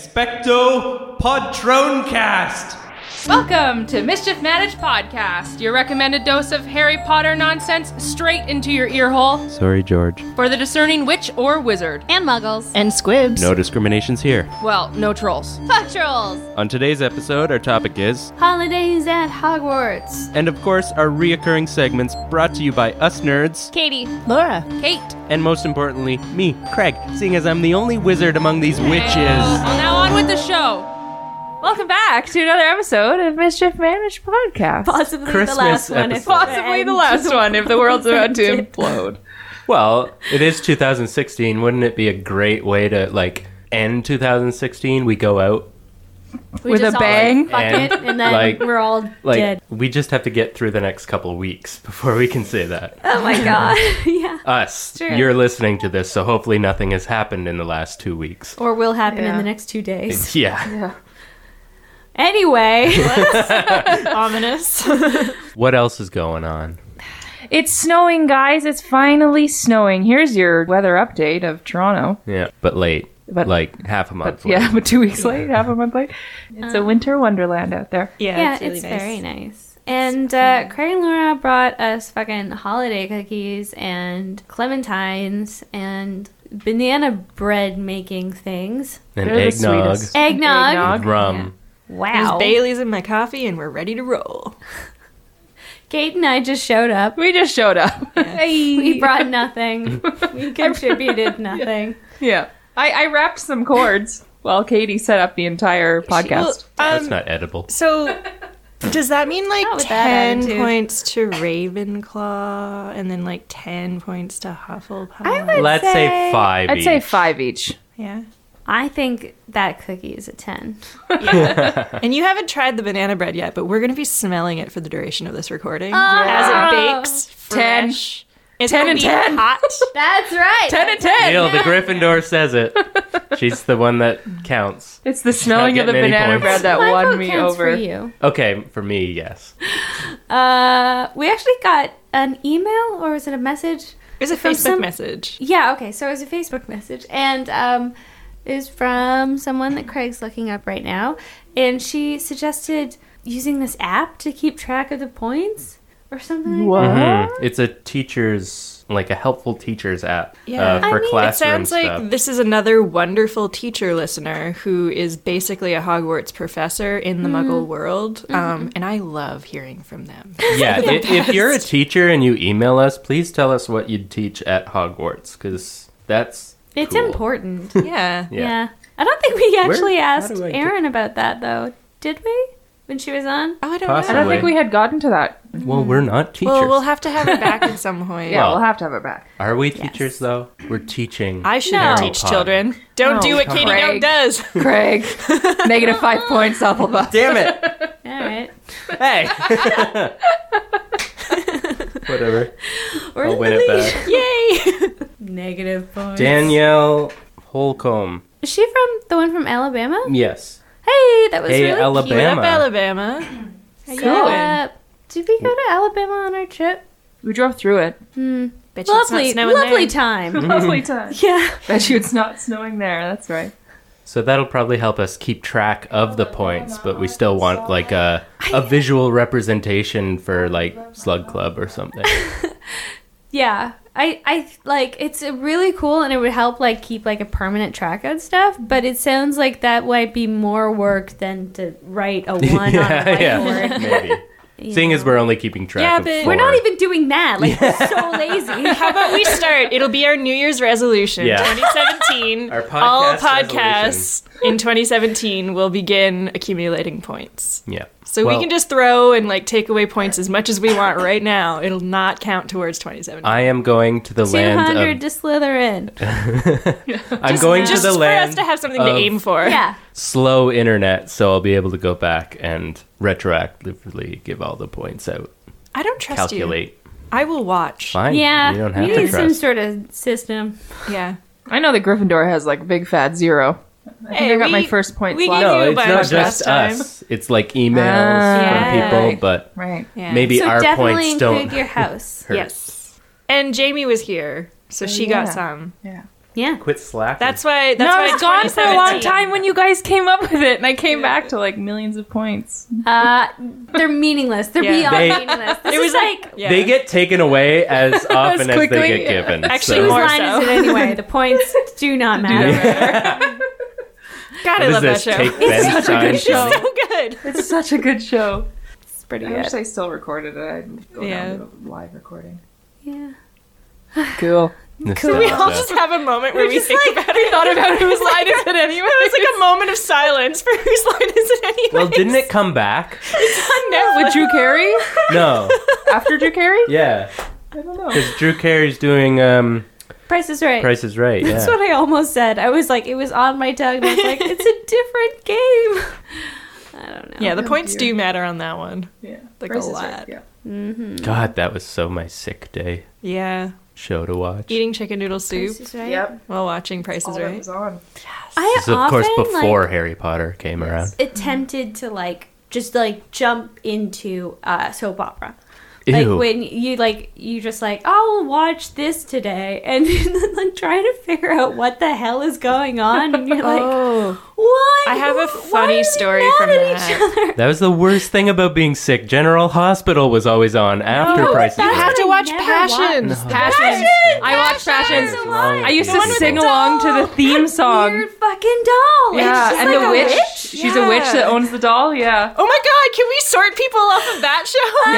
Expecto Podroncast! Welcome to Mischief Managed Podcast, your recommended dose of Harry Potter nonsense straight into your earhole Sorry, George. for the discerning witch or wizard. and muggles and squibs. No discriminations here. Well, no trolls. fuck trolls On today's episode, our topic is, holidays at hogwarts and of course, our reoccurring segments brought to you by us nerds, katie Laura. Kate. and most importantly, me, Craig, seeing as I'm the only wizard among these Well, witches. now on with the show. Welcome back to another episode of Mischief Managed Podcast. possibly Christmas the last one if episode. Possibly the last one if the world's about to implode. Well, it is 2016. Wouldn't it be a great way to, like, end 2016? We go out. we With just a all, like, bang. fuck And, it and then like- we're all Like, dead we just have to get through the next couple weeks before we can say that. oh my god yeah Us, you're listening to this, so hopefully nothing has happened in the last two weeks. or will happen in Yeah. the next two days Yeah. anyway Ominous. What else is going on? It's snowing, guys. It's finally snowing. Here's your weather update of Toronto. Yeah, but late. But- like half a month late. Yeah, but two weeks late, half a month late. It's a winter wonderland out there. yeah, yeah it's, really nice. very nice and uh, Craig and Laura brought us fucking holiday cookies and clementines and banana bread making things. And They're the eggnog. sweetest. Eggnog. Eggnog. Rum. There's Wow. Bailey's in my coffee and we're ready to roll. Kate and I just showed up. We just showed up. Hey. We brought nothing. We contributed nothing. yeah. I, I wrapped some cords while Katie set up the entire podcast. Well, That's um, not edible. so does that mean like Not with that 10 attitude. points to Ravenclaw and then like 10 points to Hufflepuff? Let's say, say- five. I'd say each. five each. yeah. I think that cookie is a 10. And you haven't tried the banana bread yet, but we're going to be smelling it for the duration of this recording as it bakes Ten. fresh. It's 10 gonna and be 10. Hot. That's right. Ten and ten. Neil, the Gryffindor says it. She's the one that counts. It's the smelling of the getting any banana points. bread that My won vote me counts over. For you. Okay, for me, yes. Uh, we actually got an email or was it a message? It was a From Facebook some- message. Yeah, okay. So it was a Facebook message and um it was from someone that Craig's looking up right now and she suggested using this app to keep track of the points or something. like What? Mhm. It's a teacher's, like a helpful teacher's app uh, Yeah. for I mean, it classroom It sounds like stuff. this is another wonderful teacher listener who is basically a Hogwarts professor in Hmm. the Muggle world. Um, and I love hearing from them. yeah, i- if you're a teacher and you email us, please tell us what you'd teach at Hogwarts, because that's that. It's cool. important. yeah. Yeah. Yeah. I don't think we actually Where- how asked do I get- Erin about that though. Did we? When she was on? Oh, I don't I don't Possibly. know. think we had gotten to that. Well, we're not teachers. Well, we'll have to have her back at some point. Yeah, Well- we'll have to have it back. Are we teachers though? We're teaching. I shouldn't teach Pod. children. Don't No, do what Katie Goat Craig. does. Craig, negative five points off of us. Damn it! All Uh, right. Hey. Whatever. Or I'll win it back. Yay! Negative points. Danielle Holcomb. Is she from the one from Alabama? Yes. Hey, that was Hey, really Alabama. What up, Alabama? cute. Cool. Yeah. Did we go to Alabama on our trip? We drove through it. Bet you Hmm. it's not Lovely, snowing lovely there. time. Lovely time. yeah. Bet you it's not snowing there. That's right. So that'll probably help us keep track of the points, but we still want like a a visual representation for like Slug Club or something. Yeah. I, I like it's a really cool and it would help like keep like a permanent track of stuff but it sounds like that might be more work than to write a one on a whiteboard. maybe. Seeing as we're only keeping track Yeah, of but- four. We're not even doing that. Like we're so lazy. How about we start? It'll be our New Year's resolution, Yeah. 2017. Our podcast All podcasts in 2017 will begin accumulating points. Yeah. So Well, we can just throw and like take away points as much as we want right now. It'll not count towards 2017. I am going to the Two hundred land to Slytherin. of. I'm going just to the for land. us to have something of- to aim for. Yeah. slow internet, so I'll be able to go back and retroactively give all the points out. I don't trust you. Calculate. I will watch. Fine. Yeah. You don't have we to need some trust. sort of system. Yeah. I know that Gryffindor has like a big fat zero. I think I got my first point we slot. gave No, you it's by not us just last us. It's like emails Ah. from Yeah. people, but Right. Yeah. maybe so our definitely points include don't your house. hurt. Yes. And Jamie was here, so she Oh, yeah. got some. Yeah. Yeah. Quit slacking. That's why. That's no, why I was gone for a long 2017 time when you guys came up with it, and I came back to like millions of points. Uh, they're meaningless. They're Yeah. beyond They- meaningless. This It was is like, like yeah. They get taken away as often as, quickly, they yeah. get given. Actually, whose more line so. is it anyway? The points do not matter. God, I What is love this? that show. Take Ben it's such a good Stein show. show? so good. It's such a good show. It's pretty I good. wish I still recorded it. I'd go Yeah. down to the live recording. Yeah. Cool. Nostalgia. We all just have a moment where we think about it. Thought about whose line is it anyway? It was like a moment of silence for whose line is it anyway? well, didn't it come back? With Drew Carey? No. After Drew Carey? Yeah. I don't know. Because Drew Carey's doing um, Price is right. Price is Right. That's Yeah. what I almost said. I was like, it was on my tongue. And I was like, it's a different game. I don't know. Yeah, Oh, the points do matter on that one. Yeah. Like Price a is Right, lot. yeah. God, that was so my sick day Yeah, show to watch. eating chicken noodle soup Price is right. Yep. while watching Price is All that Right. was on. I This is, of course, often, like, before Harry Potter came around. attempted to like just like jump into uh, soap opera. Ew. Like when you like you just like I'll watch this today and like trying to figure out what the hell is going on and you're like Oh. why I have a why funny are they story mad from at that. each other? that was the worst thing about being sick. General Hospital was always on after No, Price is that's Right. have to I watch never Passions. watched. Passions. I watched Passions. Passions. I used The to one with sing the along to the theme song. Weird fucking doll. Yeah, It's just and like the a witch. She's a witch that owns the doll. Yeah. Oh my god, can we sort people off of that show?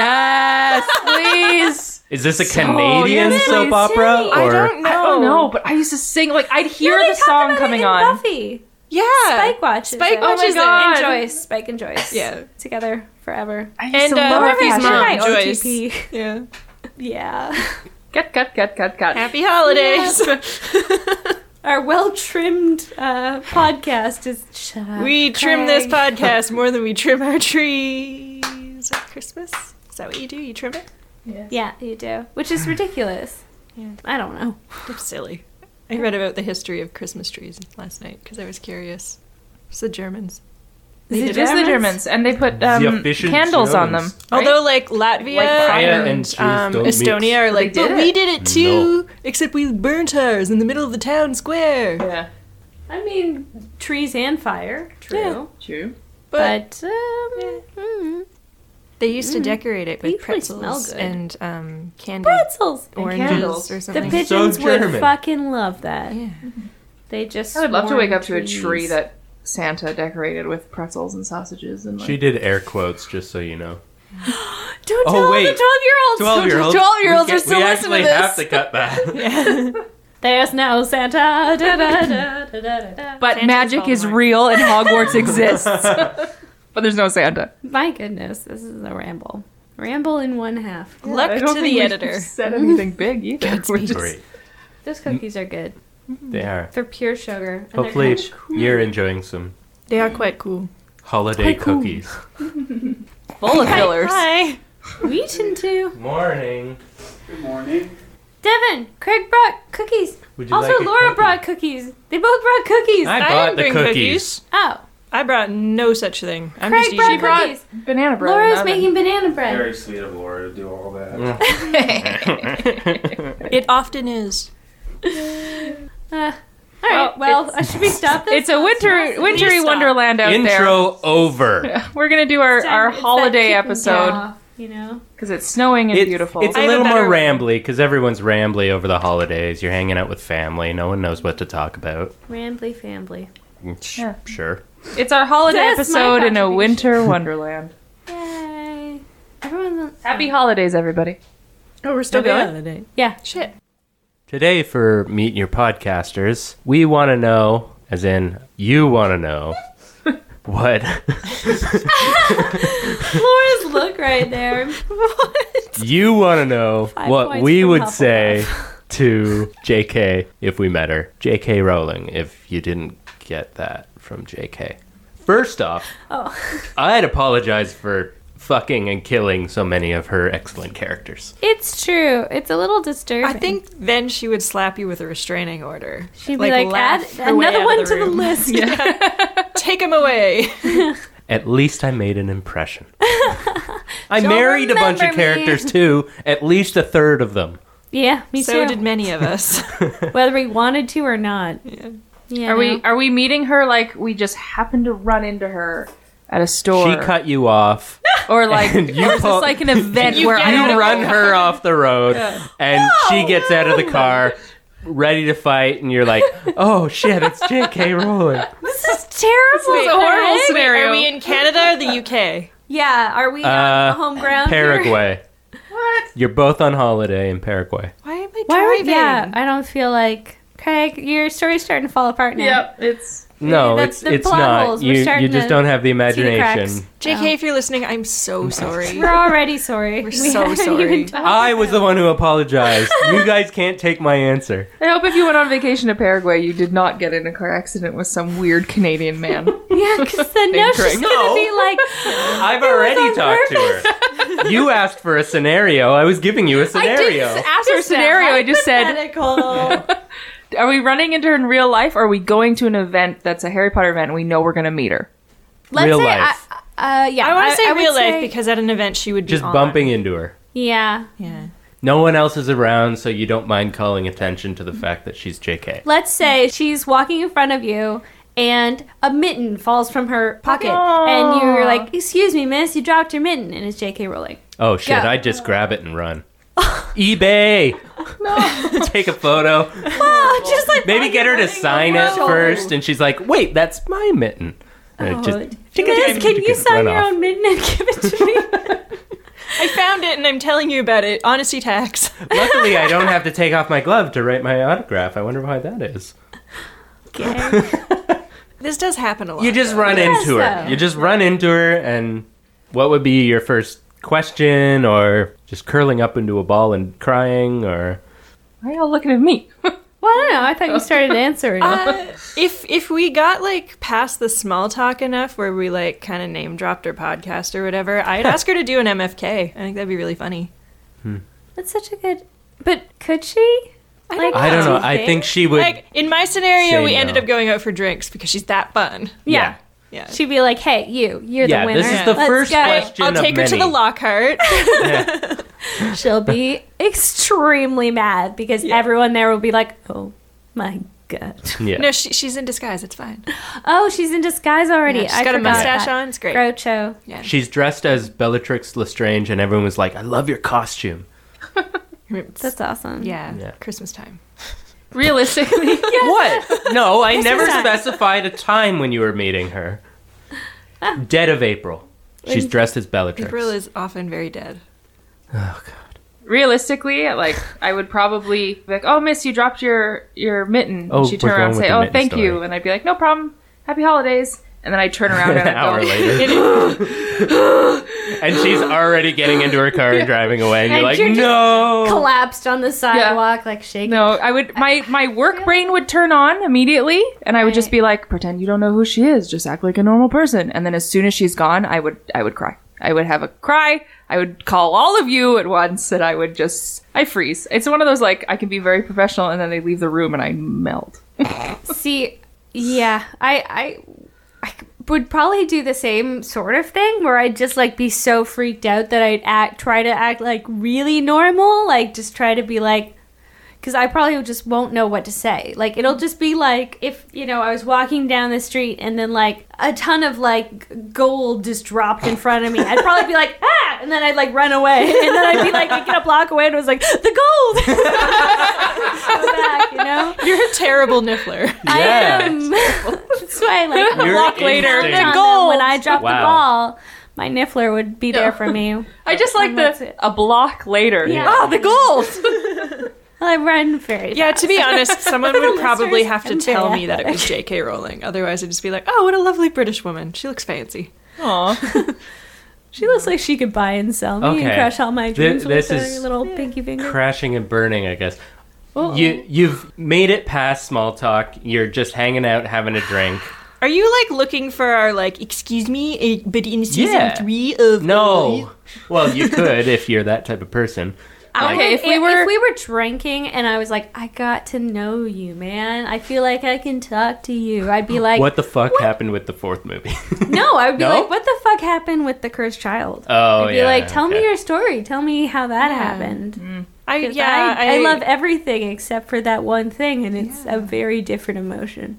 Yes, please. Is this a Canadian yes, soap please. opera? Or I don't know. I don't know, but I used to sing like I'd No, hear they the talk song about it coming in on. Buffy. Yeah. Spike watches. Spike it. watches Oh my and God. Joyce. Spike and Joyce. Yeah. together forever. I used And, to uh, love Buffy's Passion. mom. my Joyce. OTP. Yeah. Yeah. Cut, cut, cut, cut, cut. Happy holidays. Our well trimmed uh, podcast is uh, shut up. we Craig. trim this podcast more than we trim our trees at Christmas. Is that what you do? You trim it? Yeah, you do. Which is ridiculous. Yeah. I don't know. It's silly. I read about the history of Christmas trees last night because I was curious. It's the Germans. Is It is the Germans, and they put um, official candles on them. Germans. Although, like Latvia Like fire and, and trees um, don't mix. Estonia are like, did but it." we did it too, except we burnt ours in the middle of the town square. Yeah, I mean, trees and fire. True. Yeah. true. But But, um, mm, they used to decorate it They with usually smell pretzels good. and um, candy pretzels. oranges candles. or The something. pit- pigeons So would German. fucking love that. Yeah. They just. I would love to swarm wake up to a trees. tree that Santa decorated with pretzels and sausages and like, She did air quotes, just so you know. Don't Oh, tell all the wait. 12 year olds! 12 year olds. 12 year olds We are get- still We listening to actually this. have to cut that. There's no Santa. Da, da, da, da, da, da. But magic is real and Hogwarts exists. but there's no Santa. My goodness, this is a ramble. Ramble in one half. Luck to the editor. said anything big either. We're just- Great. Those cookies are good. They are. They're pure sugar. and they're Hopefully, kinda you're enjoying some They are quite cool. holiday cookies. Full of fillers. Hi. Wheat into Morning. Good morning. Devin. Craig brought cookies. Would Also, like a Laura cookie? brought cookies. They both brought cookies. I I bought didn't the bring cookies. cookies. oh, I brought no such thing. I'm Craig just brought eating. cookies. Banana bread. Laura's and making banana bread. Very sweet of Laura to do all that. It often is. Uh, all right. Well, uh, should we stop this? It's a winter, wintry stop. wonderland out there. Intro over. We're gonna do our, It's our that holiday kicking episode off, You know. because it's snowing and It's- beautiful. It's I a have a little more better- rambly because everyone's rambly over the holidays. You're hanging out with family. No one knows what to talk about. Rambly family. Sh- Yeah. Sure. It's our holiday That's my episode in a contribution. winter wonderland. Yay. Everyone. Happy holidays, everybody. Oh, we're still going? Holiday. Yeah. Shit. Today, for Meet Your Podcasters, we want to know, as in, you want to know, what Laura's look right there. you want to know Five what points we from would Hufflepuff. say to JK if we met her. JK Rowling, if you didn't get that from JK. First off, Oh, I'd apologize for fucking and killing so many of her excellent characters. it's true. It's a little disturbing. I think then she would slap you with a restraining order. she'd be like, add laugh her way out another of one to the room. list. Take him away. At least I made an impression. I married a bunch of remember me. characters too, at least a third of them. Yeah, me so too. did many of us. Whether we wanted to or not. Yeah. Yeah, Are we no. are we meeting her like we just happened to run into her at a store? She cut you off. or like and you or is this pull- like an event you where I don't know- run her off the road, and she gets out of the car, ready to fight, and you're like, "Oh shit, it's J.K. Rowling." This is terrible. It's a horrible Craig. scenario. Are we in Canada or the UK? Yeah, are we Uh, on home ground? here? Paraguay. What? You're both on holiday in Paraguay. Why am I Why would driving? yeah? I don't feel like Craig. Your story's starting to fall apart now. Yep, it's No, that's it's the it's plot not. holes. We're You starting you just to don't have the cracks. imagination. JK, if you're listening, I'm so sorry. We're already sorry. We're so sorry. Oh, I was the one who apologized. you guys can't take my answer. I hope if you went on vacation to Paraguay, you did not get in a car accident with some weird Canadian man. yeah, because then now she's Craig. gonna be like, I've already on talked to her. You asked for a scenario. I was giving you a scenario. Ask her scenario. I just said, "Are we running into her in real life? Or are we going to an event that's a Harry Potter event and we know we're going to meet her?" let's Real say, life. I, uh, yeah, I want to say I would real life because at an event she would be Just on. bumping into her. yeah. Yeah. No one else is around, so you don't mind calling attention to the fact that she's JK. Let's say she's walking in front of you. And a mitten falls from her pocket, and you're like, "Excuse me, miss, you dropped your mitten." And it's J.K. Rowling. Oh shit, Go. I just grab it and run. eBay! Take a photo. Oh, just like Maybe get her to sign it first, and she's like, wait, that's my mitten. And it just- Oh, Miss, can you run sign your off. own mitten and give it to me? I found it and I'm telling you about it. Honesty tax. Luckily, I don't have to take off my glove to write my autograph. I wonder why that is. This does happen a lot. You just run into her. though. You just run into her, and what would be your first question, or just curling up into a ball and crying, or Why are y'all looking at me? Well, I don't know. I thought you started answering. Uh, if if we got like past the small talk enough where we like kind of name dropped her podcast or whatever, I'd ask her to do an MFK. I think that'd be really funny. That's such a good. But could she? I Like- don't I don't Do know. you I think? think she would. like in my scenario, Say we ended no. up going out for drinks because she's that fun. yeah. Yeah. She'd be like, "Hey, you, you're Yeah, the winner." this is the Let's first go. question I'll of take her to many. the Lockhart. She'll be extremely mad because everyone there will be like, "Oh my god! Yeah. no, she, she's in disguise. It's fine. Oh, she's in disguise already. Yeah, I she's got a forgot mustache that. on. It's great. Groucho. She's dressed as Bellatrix Lestrange, and everyone was like, "I love your costume." It's- That's awesome. yeah, Yeah. Christmas time. realistically. What? No, I never time. specified a time when you were meeting her. Dead of April. She's dressed as Bellatrix. April is often very dead. oh god. Realistically, like I would probably be like, "Oh, miss, you dropped your your mitten." Oh, and she'd turn we're around going and with say, the "Oh, mitten thank you," story. and I'd be like, "No problem. Happy holidays." And then I'd turn around An and hour I'd go, later. and she's already getting into her car and driving away, and you're And like, you're just "No." Collapsed on the sidewalk, like shaking. No, I would my my work brain would turn on immediately and I would just be like pretend you don't know who she is, just act like a normal person. And then as soon as she's gone, I would I would cry. I would have a cry. I would call all of you at once and I would just I freeze. It's one of those like I can be very professional and then they leave the room and I melt. See, yeah, I, I, I would probably do the same sort of thing where I'd just like be so freaked out that I'd act, try to act like really normal, like just try to be like, because I probably just won't know what to say. Like it'll just be like if you know I was walking down the street and then like a ton of like gold just dropped in front of me. I'd probably be like ah, and then I'd like run away, and then I'd be like making a block away and was like the gold. Go back, you know. You're a terrible niffler. I Yeah. am. That's why, like, Your block later, instinct. on them Goals. when I drop the Wow. ball, my niffler would be there for me. I just like that's it. the a block later. Yeah. Ah, Oh, the gold. I run very. Yeah, fast. to be honest, someone would probably have to I'm very tell me that it was J.K. Rowling. Otherwise, I'd just be like, "Oh, what a lovely British woman. She looks fancy." Aw. she looks like she could buy and sell me and Okay. crush all my Thi- dreams this with her is- little pinky finger. crashing and burning, I guess. You you've made it past small talk. You're just hanging out, having a drink. Are you like looking for our like, excuse me, eh, but in season Yeah. three of No. Well, you could if you're that type of person. Okay, if we if, were- if we were drinking and I was like, I got to know you, man. I feel like I can talk to you. I'd be like, what the fuck happened with the fourth movie? No, I would be No? like, what the fuck happened with the cursed child? Oh, I'd be yeah, like, tell me okay. your story. Tell me how that happened. I 'Cause yeah, I, I love everything except for that one thing, and it's a very different emotion.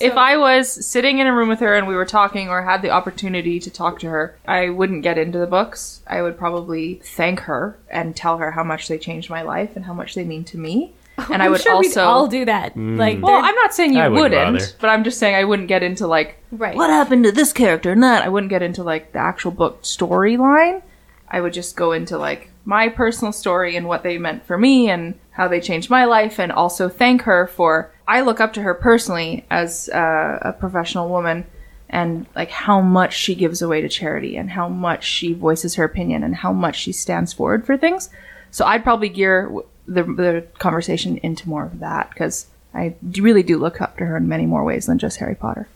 If I was sitting in a room with her and we were talking or had the opportunity to talk to her, I wouldn't get into the books. I would probably thank her and tell her how much they changed my life and how much they mean to me. And I I'm would sure we'd also all do that. Mm. Like, Well, they're- I'm not saying you I wouldn't wouldn't, bother. but I'm just saying I wouldn't get into like right. what happened to this character and that. I wouldn't get into like the actual book storyline. I would just go into like my personal story and what they meant for me and how they changed my life, and also thank her for. I look up to her personally as uh, a professional woman and like how much she gives away to charity and how much she voices her opinion and how much she stands forward for things. So I'd probably gear w- the, the conversation into more of that because I d- really do look up to her in many more ways than just Harry Potter.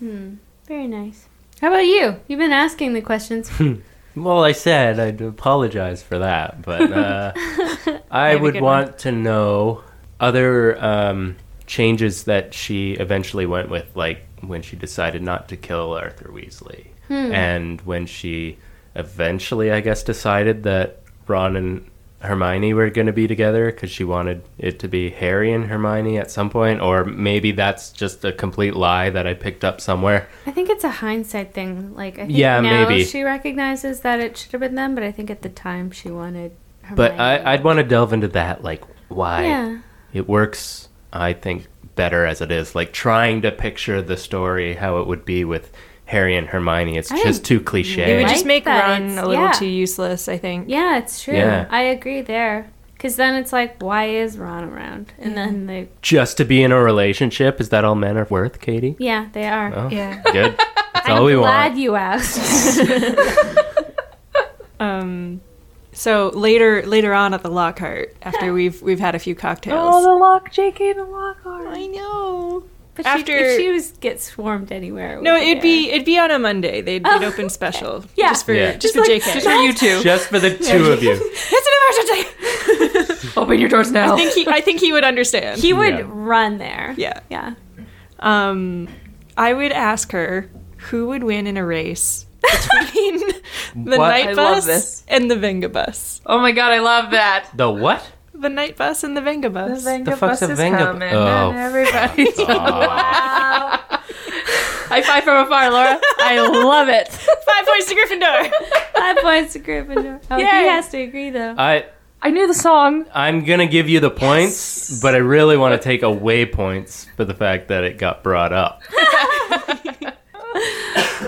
Very nice. How about you? You've been asking the questions. Well, I said I'd apologize for that, but uh, I Have a would good one. want to know other um, changes that she eventually went with, like when she decided not to kill Arthur Weasley, Hmm. and when she eventually, I guess, decided that Ron and Hermione were going to be together because she wanted it to be Harry and Hermione at some point, or maybe that's just a complete lie that I picked up somewhere. I think it's a hindsight thing. Like, I think Yeah, now maybe. she recognizes that it should have been them, but I think at the time she wanted. But Hermione. I, I'd want to delve into that, like why. yeah, it works i think better as it is like trying to picture the story how it would be with harry and hermione it's I just too it cliche would like just make that. Ron It's- a little yeah. too useless. I think. yeah, it's true. Yeah. I agree there. Because then it's like, why is Ron around? And then they, just to be in a relationship is that all men are worth katie yeah, they are. oh Yeah. good that's I'm all we glad want you asked. Um. So later, later on at the Lockhart, after we've we've had a few cocktails. Oh, the lock, JK, the lock art. I know. But After- she, if she was get swarmed anywhere, it No, would it'd be it'd be on a Monday. They'd, Oh, they'd open special. Yeah. Just for Yeah. just for JK. Just for you two. just for the two of you it's an emergency. Open your doors now. I think he I think he would understand. He would Yeah. run there. yeah. Yeah. Um, I would ask her who would win in a race between the What? night I love bus this. and the Venga bus. oh my god, I love that. the what The night bus and the Venga bus. The fuck's a Venga- Oh, and everybody's Wow. High five from afar, Laura. I love it. Five points to Gryffindor. Five points to Gryffindor. Oh, he Yay. has to agree though. i I knew the song. i'm gonna give you the points but i really want to take away points for the fact that it got brought up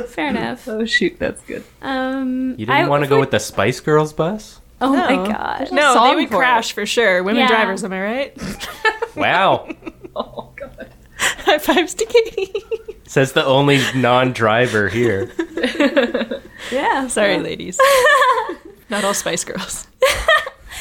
Fair enough. Oh shoot, that's good. Um, you didn't I- want to if go I- with the spice girls bus Oh my No. god. a no, song they would for crash for sure. Women Yeah. drivers, am I right? wow Oh god. High fives to Katie. says the only non-driver here Yeah. Sorry, ladies. Not all Spice Girls.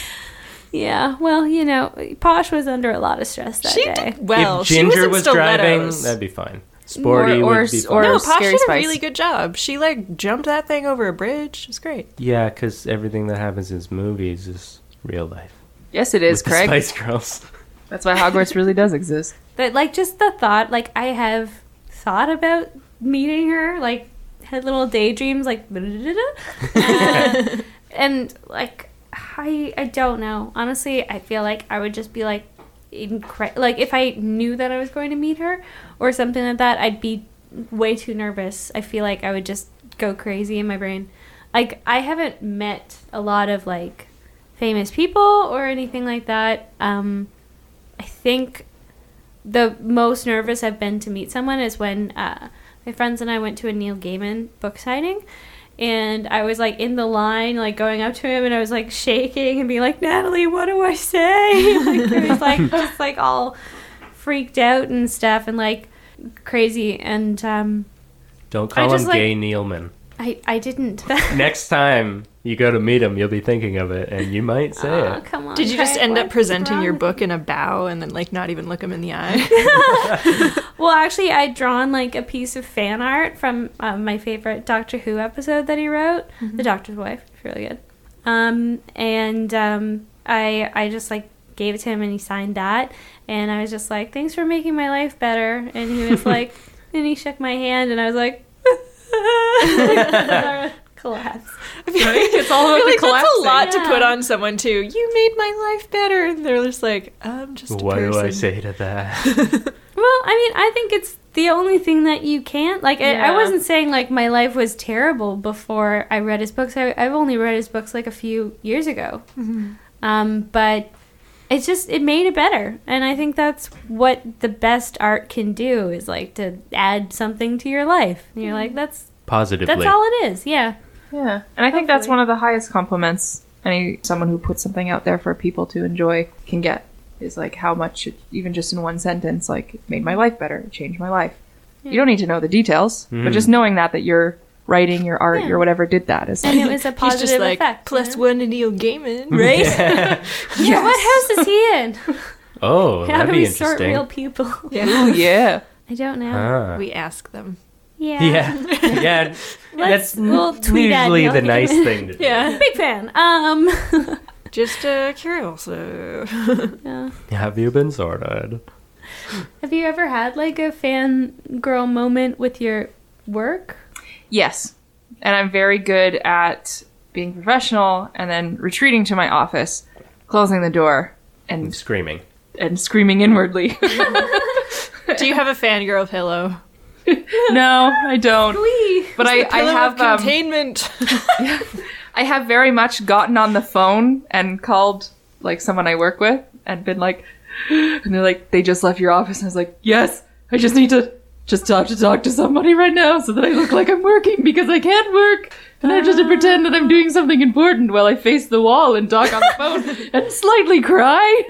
Yeah. Well, you know, Posh was under a lot of stress that She day. did well. if Ginger she was, in was, driving, stilettos. that'd be fine. Sporty Or- or would be s- fine. or- no, Posh Scary did a Spice. really good job. She like jumped that thing over a bridge. It was great. yeah, because everything that happens in movies is real life. Yes, it is, With the Craig. Spice Girls. That's why Hogwarts really does exist. But like, just the thought, like, I have thought about meeting her, like, had little daydreams, like, uh, and like, I, I don't know. Honestly, I feel like I would just be like, incre- like if I knew that I was going to meet her or something like that, I'd be way too nervous. I feel like I would just go crazy in my brain. Like, I haven't met a lot of like famous people or anything like that. Um, I think the most nervous I've been to meet someone is when uh, my friends and I went to a Neil Gaiman book signing. And I was like in the line, like going up to him, and I was like shaking and being like, Natalie, what do I say? like, it was like just like all freaked out and stuff and like crazy. And um, Don't I call him just, like- Gay Neilman. I, I didn't. Next time you go to meet him, you'll be thinking of it, and you might say Aw, it. come on. Did you just Craig, end up what's presenting wrong your with book in a bow and then like not even look him in the eye? Well, actually, I'd drawn like a piece of fan art from um, my favorite Doctor Who episode that he wrote, The Doctor's Wife. It's really good. Um, and um, I, I just like gave it to him, and he signed that. And I was just like, "Thanks for making my life better." And he was like, and he shook my hand, and I was like, collapse. It's all about I feel the like that's a collapsing. lot to Yeah. put on someone too. You made my life better, and they're just like, I'm just. A What person. do I say to that? Well, I mean, I think it's the only thing that you can't like. I, I Yeah. wasn't saying like my life was terrible before I read his books. I, I've only read his books like a few years ago, Mm-hmm. um, but it's just it made it better, and I think that's what the best art can do is like to add something to your life. And you're like, Mm-hmm. that's Positively. that's all it is. Yeah, Yeah, and I think that's one of the highest compliments any someone who puts something out there for people to enjoy can get is like how much it, even just in one sentence like it made my life better, it changed my life. You don't need to know the details, but just knowing that that your writing, your art, Yeah. your whatever did that is and like, it was a He's positive just like effect. plus you know? one to Neil Gaiman, Mm, right? Yeah, what house is he in? Oh, How that'd do be we sort interesting. real people? oh yeah. I don't know. Ah. We ask them. yeah. Yeah. yeah. Let's- That's we'll tweet at usually Neil the Gaiman. nice thing to do. Yeah, Big fan. Um. just uh, curious. So. yeah. Have you been sorted? Have you ever had like a fangirl moment with your work? Yes. And I'm very good at being professional and then retreating to my office, closing the door I'm and screaming. and screaming inwardly. Do you have a fangirl pillow? no, I don't. Wee. But I, I Pillow have of um, containment. I have very much gotten on the phone and called like someone I work with and been like, and they're like, they just left your office. And I was like, yes, I just need to just have to talk to somebody right now so that I look like I'm working because I can't work. And I have just to pretend that I'm doing something important while I face the wall and talk on the phone and slightly cry.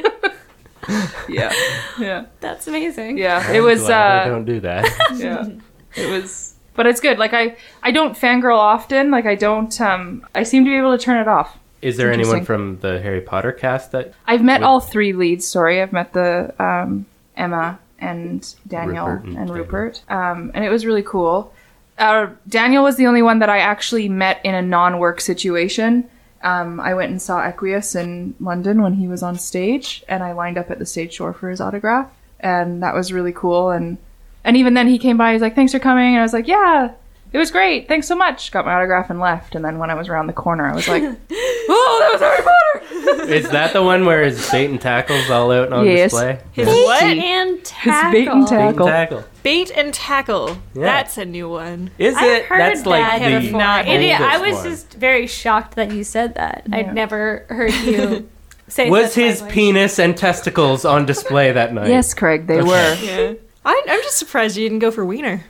yeah. Yeah. That's amazing. Yeah. I'm It was, glad I uh, don't do that. yeah it was but it's good like i i don't fangirl often like i don't um i seem to be able to turn it off Is there anyone interesting. from the Harry Potter cast that i've met all three leads sorry i've met the um emma and daniel Rupert and and, Daniel. rupert um and it was really cool uh, daniel was the only one that i actually met in a non-work situation um, I went and saw Equius in London when he was on stage, and I lined up at the stage door for his autograph, and that was really cool. And and even then, he came by. He's like, "Thanks for coming," and I was like, "Yeah, it was great. Thanks so much." Got my autograph and left. And then when I was around the corner, I was like, "Oh, that was Harry Potter!" Is that the one where his bait and tackle's all out on Yes. display? His Yeah. what? Bait And tackle. bait and Bait tackle. and tackle. and tackle. Yeah. That's a new one. Is I've it? heard That's like that the before. Not It- oldest I was one. just very shocked that you said that. Yeah. I'd never heard you say. Was such his language. penis and testicles on display that night? yes, Craig, they were. Yeah. I, I'm just surprised you didn't go for wiener.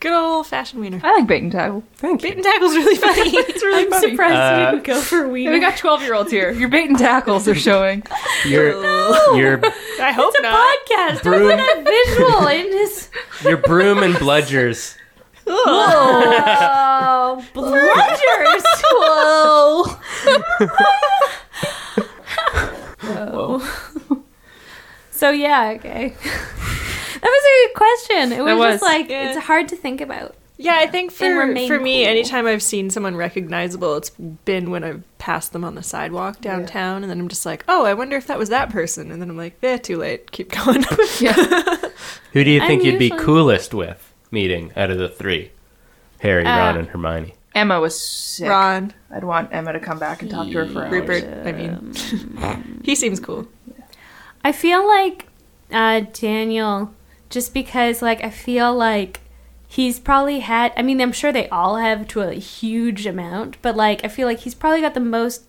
Good old fashioned wiener. I like bait and tackle. Thank Bait you. and tackle's really funny. it's really I'm surprised Uh, you didn't go for Yeah, we weed. got twelve-year-olds here. Your bait and tackles are showing. Your your I hope It's a not. podcast. Broom. We're gonna visual in his. your broom and bludgers. Oh, bludgers! Whoa. So yeah, okay. that was a good question. It was, was. just like Yeah. it's hard to think about. Yeah, I think And for remain for me, cool. anytime I've seen someone recognizable, it's been when I've passed them on the sidewalk downtown, and then I'm just like, oh, I wonder if that was that person, and then I'm like, eh, too late. Keep going. Who do you I'm think you'd be usually- coolest with meeting out of the three? Harry, Uh, Ron, and Hermione. Emma was sick. Ron, I'd want Emma to come back and talk to her for hours. Rupert. I mean, he seems cool. I feel like uh, Daniel, just because like I feel like he's probably had. I mean, I'm sure they all have to a huge amount, but like I feel like he's probably got the most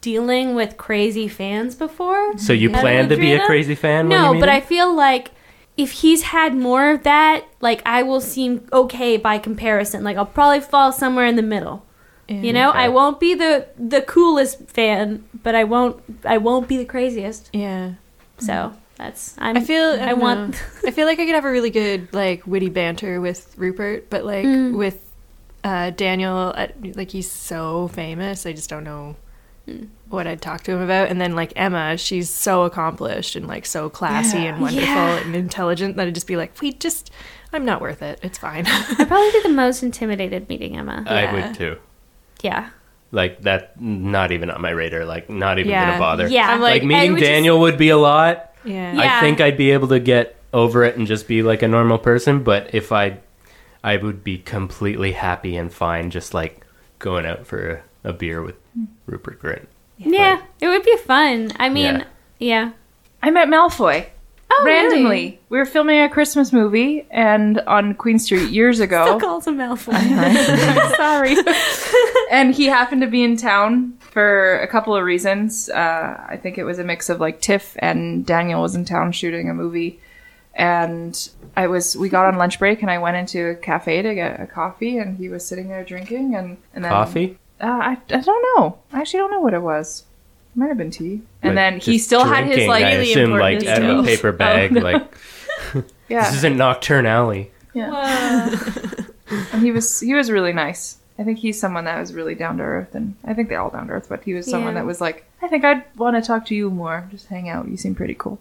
dealing with crazy fans before. So you Out of plan the to be a three of them? crazy fan? when you No, meet but I him? feel like if he's had more of that, like I will seem okay by comparison. Like I'll probably fall somewhere in the middle. You know, Okay. I won't be the the coolest fan, but I won't I won't be the craziest. Yeah, So that's I'm, I feel. I, Mm-hmm. I don't want know. I feel like I could have a really good like witty banter with Rupert, but like Hmm. with uh, Daniel, I, like he's so famous. I just don't know Hmm. what I'd talk to him about. And then like Emma, she's so accomplished and like so classy and wonderful Yeah. and intelligent that I'd just be like, we just, I'm not worth it. It's fine. I'd probably be the most intimidated meeting Emma. I yeah. would too. yeah, Like that, not even on my radar. Like not even Yeah. gonna bother. yeah. I'm Like like, I meeting would just- Daniel would be a lot. yeah. Yeah. I think I'd be able to get over it and just be like a normal person, but if I I would be completely happy and fine just like going out for a, a beer with Rupert Grint. Yeah, it would be fun. I mean, yeah. I met Malfoy Oh, randomly. really? We were filming a Christmas movie and on Queen Street years ago. Oh. Still calls him Malfoy. Sorry. and he happened to be in town for a couple of reasons. Uh, I think it was a mix of like Tiff and Daniel was in town shooting a movie, and I was we got on lunch break and I went into a cafe to get a coffee and he was sitting there drinking and and then Coffee? Uh, I I don't know. I actually don't know what it was. It might have been tea. Like, And then he just still had his drinking, like I really assume, important like, out of a details. paper Oh, bag. no. Like yeah. this isn't Nocturne Alley. and he was he was really nice. I think he's someone that was really down to earth, and I think they're all down to earth. But he was someone Yeah. that was like, I think I'd want to talk to you more, just hang out. You seem pretty cool.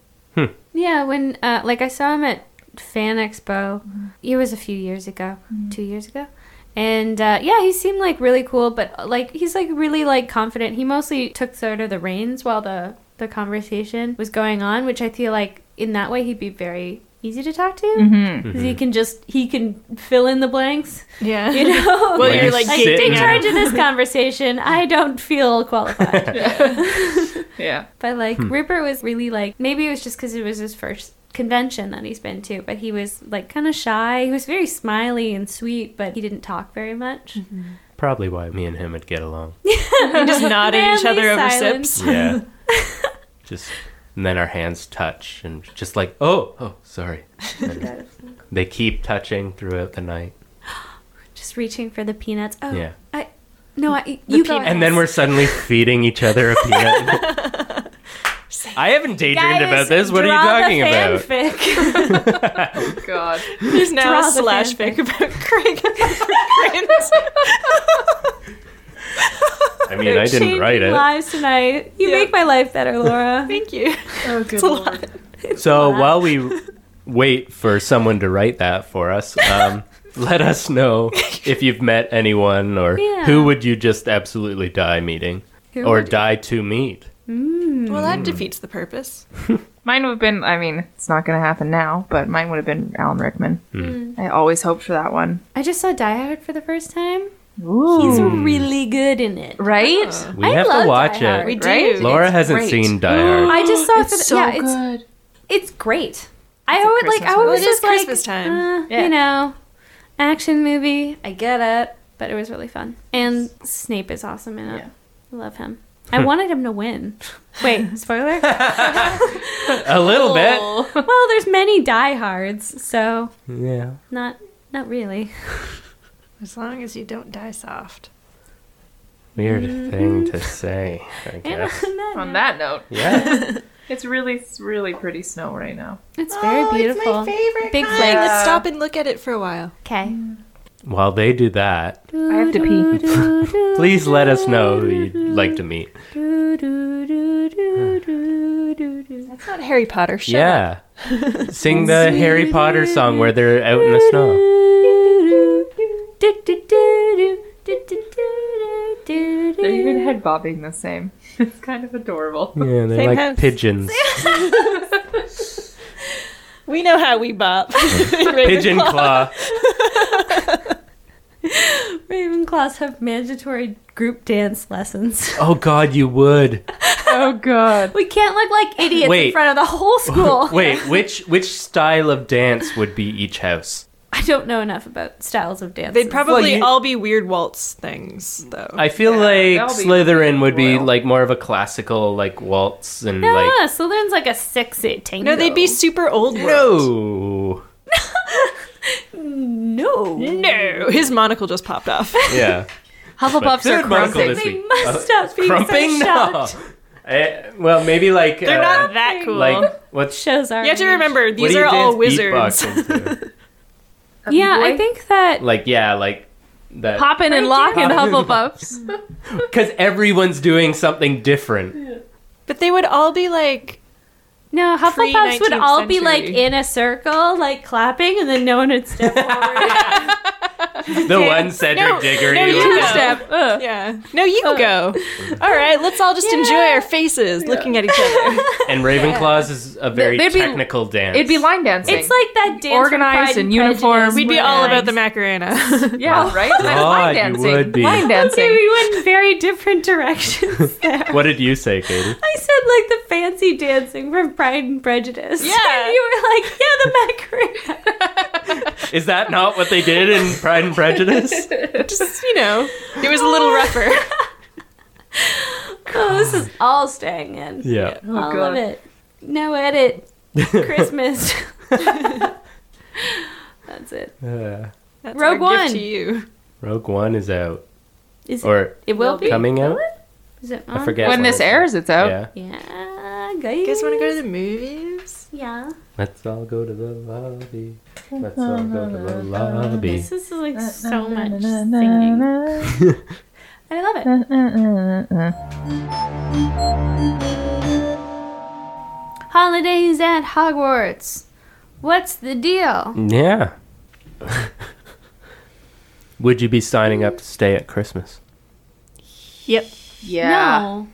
Yeah, when uh, like I saw him at Fan Expo, it was a few years ago, two years ago, and uh, yeah, he seemed like really cool. But uh, like he's like really like confident. He mostly took sort of the reins while the the conversation was going on, which I feel like in that way he'd be very easy to talk to Mm-hmm. 'Cause he can just he can fill in the blanks, Yeah. you know. Well, Like, you're you like like sit gating take and- out. charge of this conversation. I don't feel qualified. Yeah, But like Hmm. Rupert was really like maybe it was just because it was his first convention that he's been to, but he was like kind of shy. He was very smiley and sweet, but he didn't talk very much. Probably why me and him would get along. just nod at each Manly other over silence. sips. Yeah. just and then our hands touch and just like oh oh sorry. And they keep touching throughout the night. Just reaching for the peanuts. Oh Yeah. I no, I you go. peanuts. And then we're suddenly feeding each other a peanut. I haven't daydreamed about this. What are you talking about? fanfic. about? God. There's now Draw a the slash fanfic. fic about Craig. I mean, I didn't write it. Lives tonight. You Yeah. make my life better, Laura. Thank you. Oh, good It's a lot. So while we wait for someone to write that for us, um, let us know if you've met anyone or Yeah. who would you just absolutely die meeting Who or would- die to meet. Well, that defeats the purpose. Mine would have been. I mean, it's not going to happen now, but mine would have been Alan Rickman. I always hoped for that one. I just saw Die Hard for the first time. Ooh, He's Hmm. really good in it. right? We I have love to Die watch Hard. We Right? do. Laura It's hasn't great. seen Die Hard. I just saw it for the, It's so yeah, it's good. it's great. I always like I Christmas always movie. It is just like Christmas time. uh, Yeah. you know, action movie. I get it, but it was really fun. And Snape is awesome in it. Yeah. I love him. I wanted him to win. Wait, spoiler? A little bit. well, there's many diehards, so Yeah. not not really. As long as you don't die soft. Weird thing to say, I guess. On that note, Yeah. it's really, it's really pretty snow right now. It's very beautiful. favorite. Big kind. flakes. Let's stop and look at it for a while. Okay. While they do that, I have to pee. please let us know who you'd like to meet. It's not Harry Potter. Shut up. yeah. Sing the Harry Potter song where they're out in the snow. They're even head bobbing the same. It's kind of adorable. Yeah, they're Same like house. pigeons. We know how we bop. Pigeon claw. Ravenclaws have mandatory group dance lessons. Oh god, you would. Oh God. We can't look like idiots in Wait. front of the whole school. Wait, which which style of dance would be each house? I don't know enough about styles of dance. They'd probably Well, you- all be weird waltz things, though. I feel like that'll be Slytherin would be royal. like more of a classical like waltz and no, like Slytherin's like a sexy tango. no, they'd be super old. world. No. no. no. His monocle just popped off. Yeah. Hufflepuffs are Third Barnacle crumping. this They week. must stop being so Uh, Crumping? No. shocked. Eh, well, maybe like They're uh, not that cool. like what's Shows are. you have to age. remember what these do you are all dance wizards. beatboxing to? Yeah, I boy? think that like yeah, like that Poppin' and lockin' Hufflepuffs. because everyone's doing something different. But they would all be like, no Hufflepuffs would Pre-nineteenth all be like century. in a circle, like clapping, and then no one would step forward. the one Cedric No, Diggory. no, you was- know. Step. Ugh. Yeah. No, you Uh. go. All right, let's all just enjoy our faces looking at each other. And Ravenclaws is a very They'd be- technical dance. It'd be line dancing. It's like that dance Organized and uniform. We'd be all about the Macarena. yeah, right. Like God, line you dancing. would be. Line Okay, dancing. we went in very different directions there. What did you say, Katie? I said like the fancy dancing from Pride and Prejudice. Yeah. And you were like, yeah, the Macarena. Is that not what they did in Pride and Prejudice? just, you know, it was a little rougher. oh, this is all staying in. Yeah. Oh, all God. of it. No edit. Christmas. That's it. Uh, That's Rogue our gift One. to you. Rogue One is out Is it, or it will be coming out. Is it on? I forget When this it's- airs, it's out. Yeah, Yeah, guys. You guys want to go to the movies? Yeah. let's all go to the lobby. Let's all go to the lobby. This is like so much singing. I love it. Holidays at Hogwarts. What's the deal? Yeah. Would you be signing up to stay at Christmas? Yeah. No.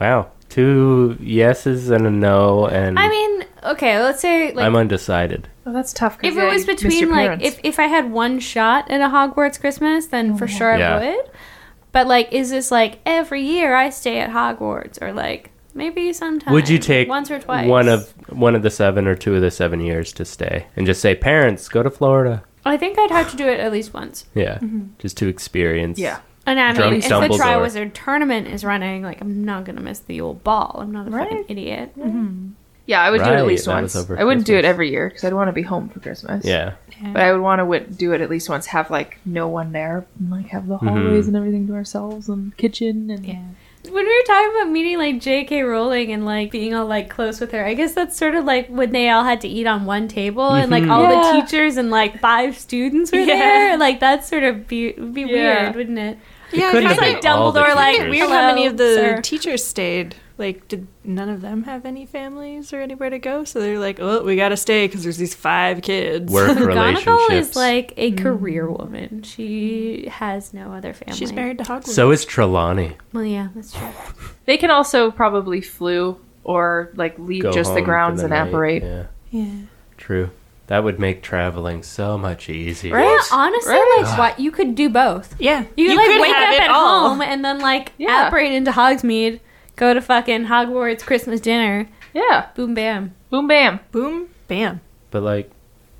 Wow, two yeses and a no, and I mean, okay, let's say like I'm undecided. Oh, that's tough. 'cause if it yeah, was you missed between your like parents. if, if I had one shot at a Hogwarts Christmas, then Oh, for sure Yeah. I would. But like, is this like every year I stay at Hogwarts or like maybe sometimes? Would you take once or twice? one of one of the seven or two of the seven years to stay and just say, parents, go to Florida? I think I'd have to do it at least once. Yeah, Mm-hmm. just to experience. Yeah. And I Drunk mean, if the Dumbledore. Triwizard Tournament is running, like I'm not gonna miss the old ball. I'm not a Right. fucking idiot. yeah, I would do it Right, at least that once. was I over wouldn't do it Christmas. every year because I'd want to be home for Christmas. Yeah. But I would want to w- do it at least once. Have like no one there, and like have Mm-hmm. the hallways and everything to ourselves and kitchen and yeah. When we were talking about meeting like J.K. Rowling and like being all like close with her, I guess that's sort of like when they all had to eat on one table and like all Yeah. the teachers and like five students were there. Like that's sort of be, would be Yeah. weird, wouldn't it? Yeah, couldn't kinda have been like all the Dumbledore, like, teachers. weird how many of the Hello, sir. teachers stayed. Like, did none of them have any families or anywhere to go? So they're like, oh, we gotta stay because there's these five kids. work McGonagall relationships. is like a Mm-hmm. career woman. She has no other family. She's married to Hogwarts. so is Trelawney. Well, yeah, that's true. They can also probably flew or like leave Go just the home for grounds and night. apparate. Yeah, yeah. true. That would make traveling so much easier. Yeah, honestly, like what you could do both. Yeah. You could like could wake have up it at all. home and then like Yeah. operate into Hogsmeade, go to fucking Hogwarts Christmas dinner, Yeah. boom bam. Boom bam. Boom, bam. But like,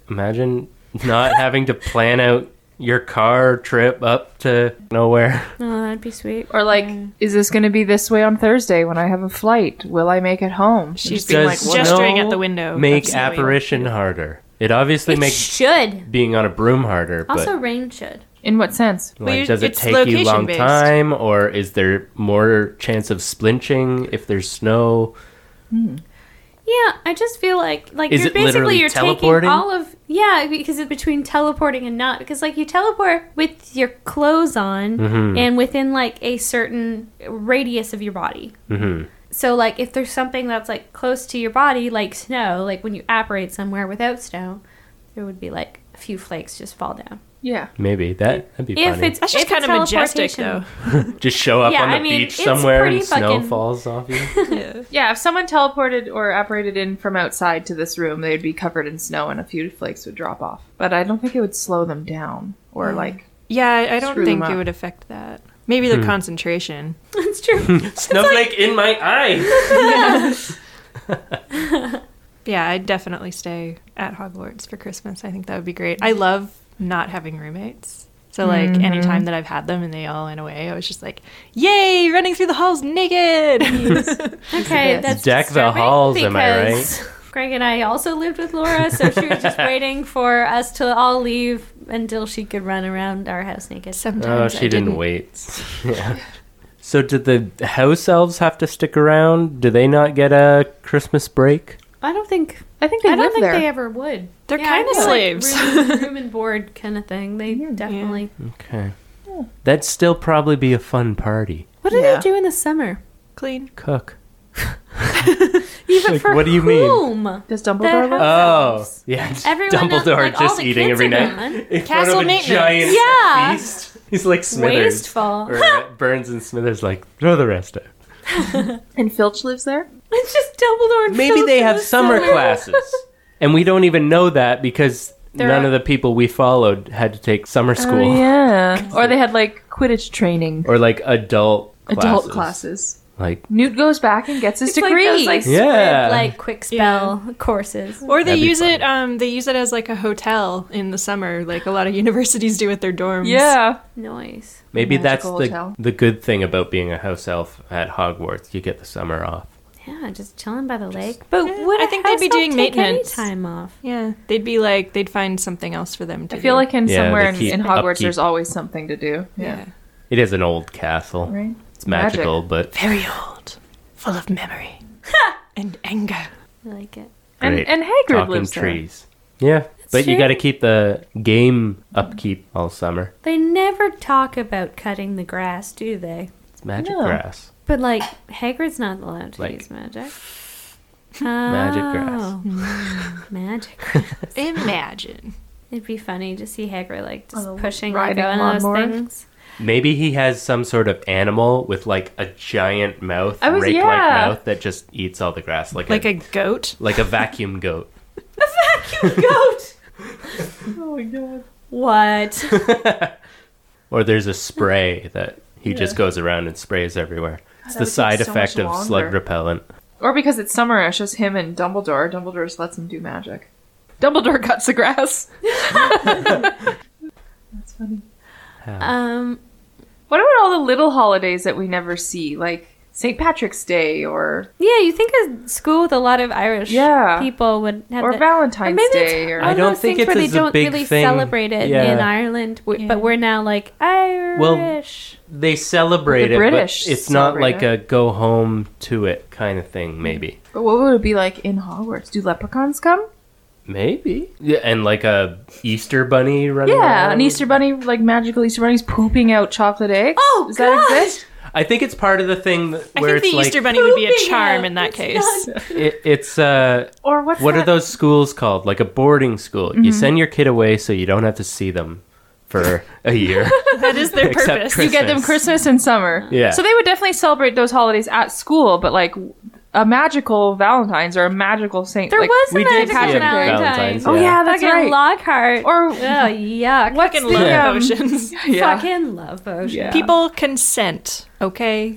imagine not having to plan out your car trip up to nowhere. Oh, that'd be sweet. Or like, is this going to be this way on Thursday when I have a flight? Will I make it home? She's being like Does gesturing snow at the Oh, window. Make That's snowy. apparition harder. It obviously it makes should. being on a broom harder. But Also, rain should. In what sense? like, you- does it it's take you long location-based. time, or is there more chance of splinching if there's snow? Yeah, I just feel like like Is you're it literally basically you're teleporting? taking all of yeah because it's between teleporting and not because like you teleport with your clothes on Mm-hmm. and within like a certain radius of your body. Mhm. So like if there's something that's like close to your body like snow like when you apparate somewhere without snow there would be like a few flakes just fall down. Yeah. Maybe that that'd be If funny. it's That's just if it's kind of majestic, teleportation. though. Just show up Yeah, on the I mean, beach it's somewhere pretty and snow fucking- falls off you. Yeah, if someone teleported or apparated in from outside to this room, they'd be covered in snow and a few flakes would drop off. But I don't think it would slow them down or like Yeah, I I don't Screw them think it up. would affect that. Maybe Hmm. the concentration. It's true. Snowflake in my eye. Yeah, I'd definitely stay at Hogwarts for Christmas. I think that would be great. I love not having roommates. So like any time that I've had them and they all went away, I was just like, "Yay, running through the halls naked!" Okay, that's Deck the disturbing halls, am I because Greg and I also lived with Laura, so she was just waiting for us to all leave until she could run around our house naked. Oh, Sometimes she I didn't, wait. yeah. So did the house elves have to stick around? Do they not get a Christmas break? I don't think I think they I don't live think there. they ever would. They're Yeah, I kind of feel like slaves. room, room and board kind of thing. They definitely. Okay. That'd still probably be a fun party. What do Yeah. they do in the summer? Clean. Cook. Even Like, for what do you mean? whom? mean? Does The Dumbledore hell- live? Oh, Themselves. yeah. just Everyone else- Dumbledore like, all just the eating kids every are night. gone. In Castle front of a maintenance. giant Yeah. feast. He's like Smithers. Wasteful. Or uh, Burns and Smithers like, throw the rest out. And Filch lives there? It's just Dumbledore. And Maybe Phil they in have the summer classes. And we don't even know that because They're- Uh, none of the people we followed had to take summer school. Oh, yeah. or they had like Quidditch training, Or like adult classes. adult classes. Like Newt goes back and gets his It's like degree. those like Yeah. squid, like quick spell courses. Or they That'd be use fun. it. Um, they use it as like a hotel in the summer, like a lot of universities do at their dorms. yeah. Noise. maybe that's Magical the, hotel. the good thing about being a house elf at Hogwarts. You get the summer off. Yeah, just chilling by the lake. But would I a think they'd be house elf doing take any maintenance. time off. yeah. They'd be like, they'd find something else for them to. I feel do. like in Yeah, somewhere in, they keep in Hogwarts, upkeep. there's always something to do. yeah, It is an old castle. Right? It's magical, but very old, full of memory and anger. I like it. And, great. and Hagrid talking lives there. trees. Yeah, but you true. got to keep the game upkeep all summer. They never talk about cutting the grass, do they? It's magic No. grass. But like Hagrid's not allowed to Like- use magic. grass. Oh, magic grass. Imagine. Oh, It'd be funny to see Hagrid like just little pushing like riding one of those lawnmower. things. Maybe he has some sort of animal with like a giant mouth, I was- rake-like yeah. mouth that just eats all the grass, like, Like a, a goat. like a vacuum goat. Goat. oh my god. What? Or there's a spray that he just goes around and sprays everywhere. It's that the would take side so effect much of slug longer. repellent. Or because it's summer, it's just him and Dumbledore. Dumbledore just lets him do magic. Dumbledore cuts the grass. That's funny. um. What about all the little holidays that we never see, like St. Patrick's Day or Yeah, you think a school with a lot of Irish Yeah. people would have or that- Valentine's maybe it's Day or one I of don't those think things it's where as they a don't big really thing. celebrate it Yeah. in Ireland, w- but we're now like Well, Irish. They celebrate The it, British but it's not celebrate like it. a Mm. go home to it kind of thing. Maybe, But what would it be like in Hogwarts? Do leprechauns come? maybe, yeah, and like a Easter bunny running. Yeah, around. an Easter bunny, like magical Easter bunny's pooping out chocolate eggs. Oh, Does that God! exist? I think it's part of the thing that, I where think the it's like Easter bunny would be a pooping charm out. in that It's case. it, it's uh, Or what's what that? Mm-hmm. are those schools called? Like a boarding school. You send your kid away so you don't have to see them for a year. that is their Except purpose. Christmas. You get them Christmas and summer. Yeah. So they would definitely celebrate those holidays at school, but like a magical Valentine's or a magical Saint. There like, was a we did magical see a Valentine's. Valentine's. Oh yeah, that's Fucking right. Lockhart. Or- oh yuck. What's Fucking the, love um, potions. yeah. Fucking love potion. Yeah. People consent, okay?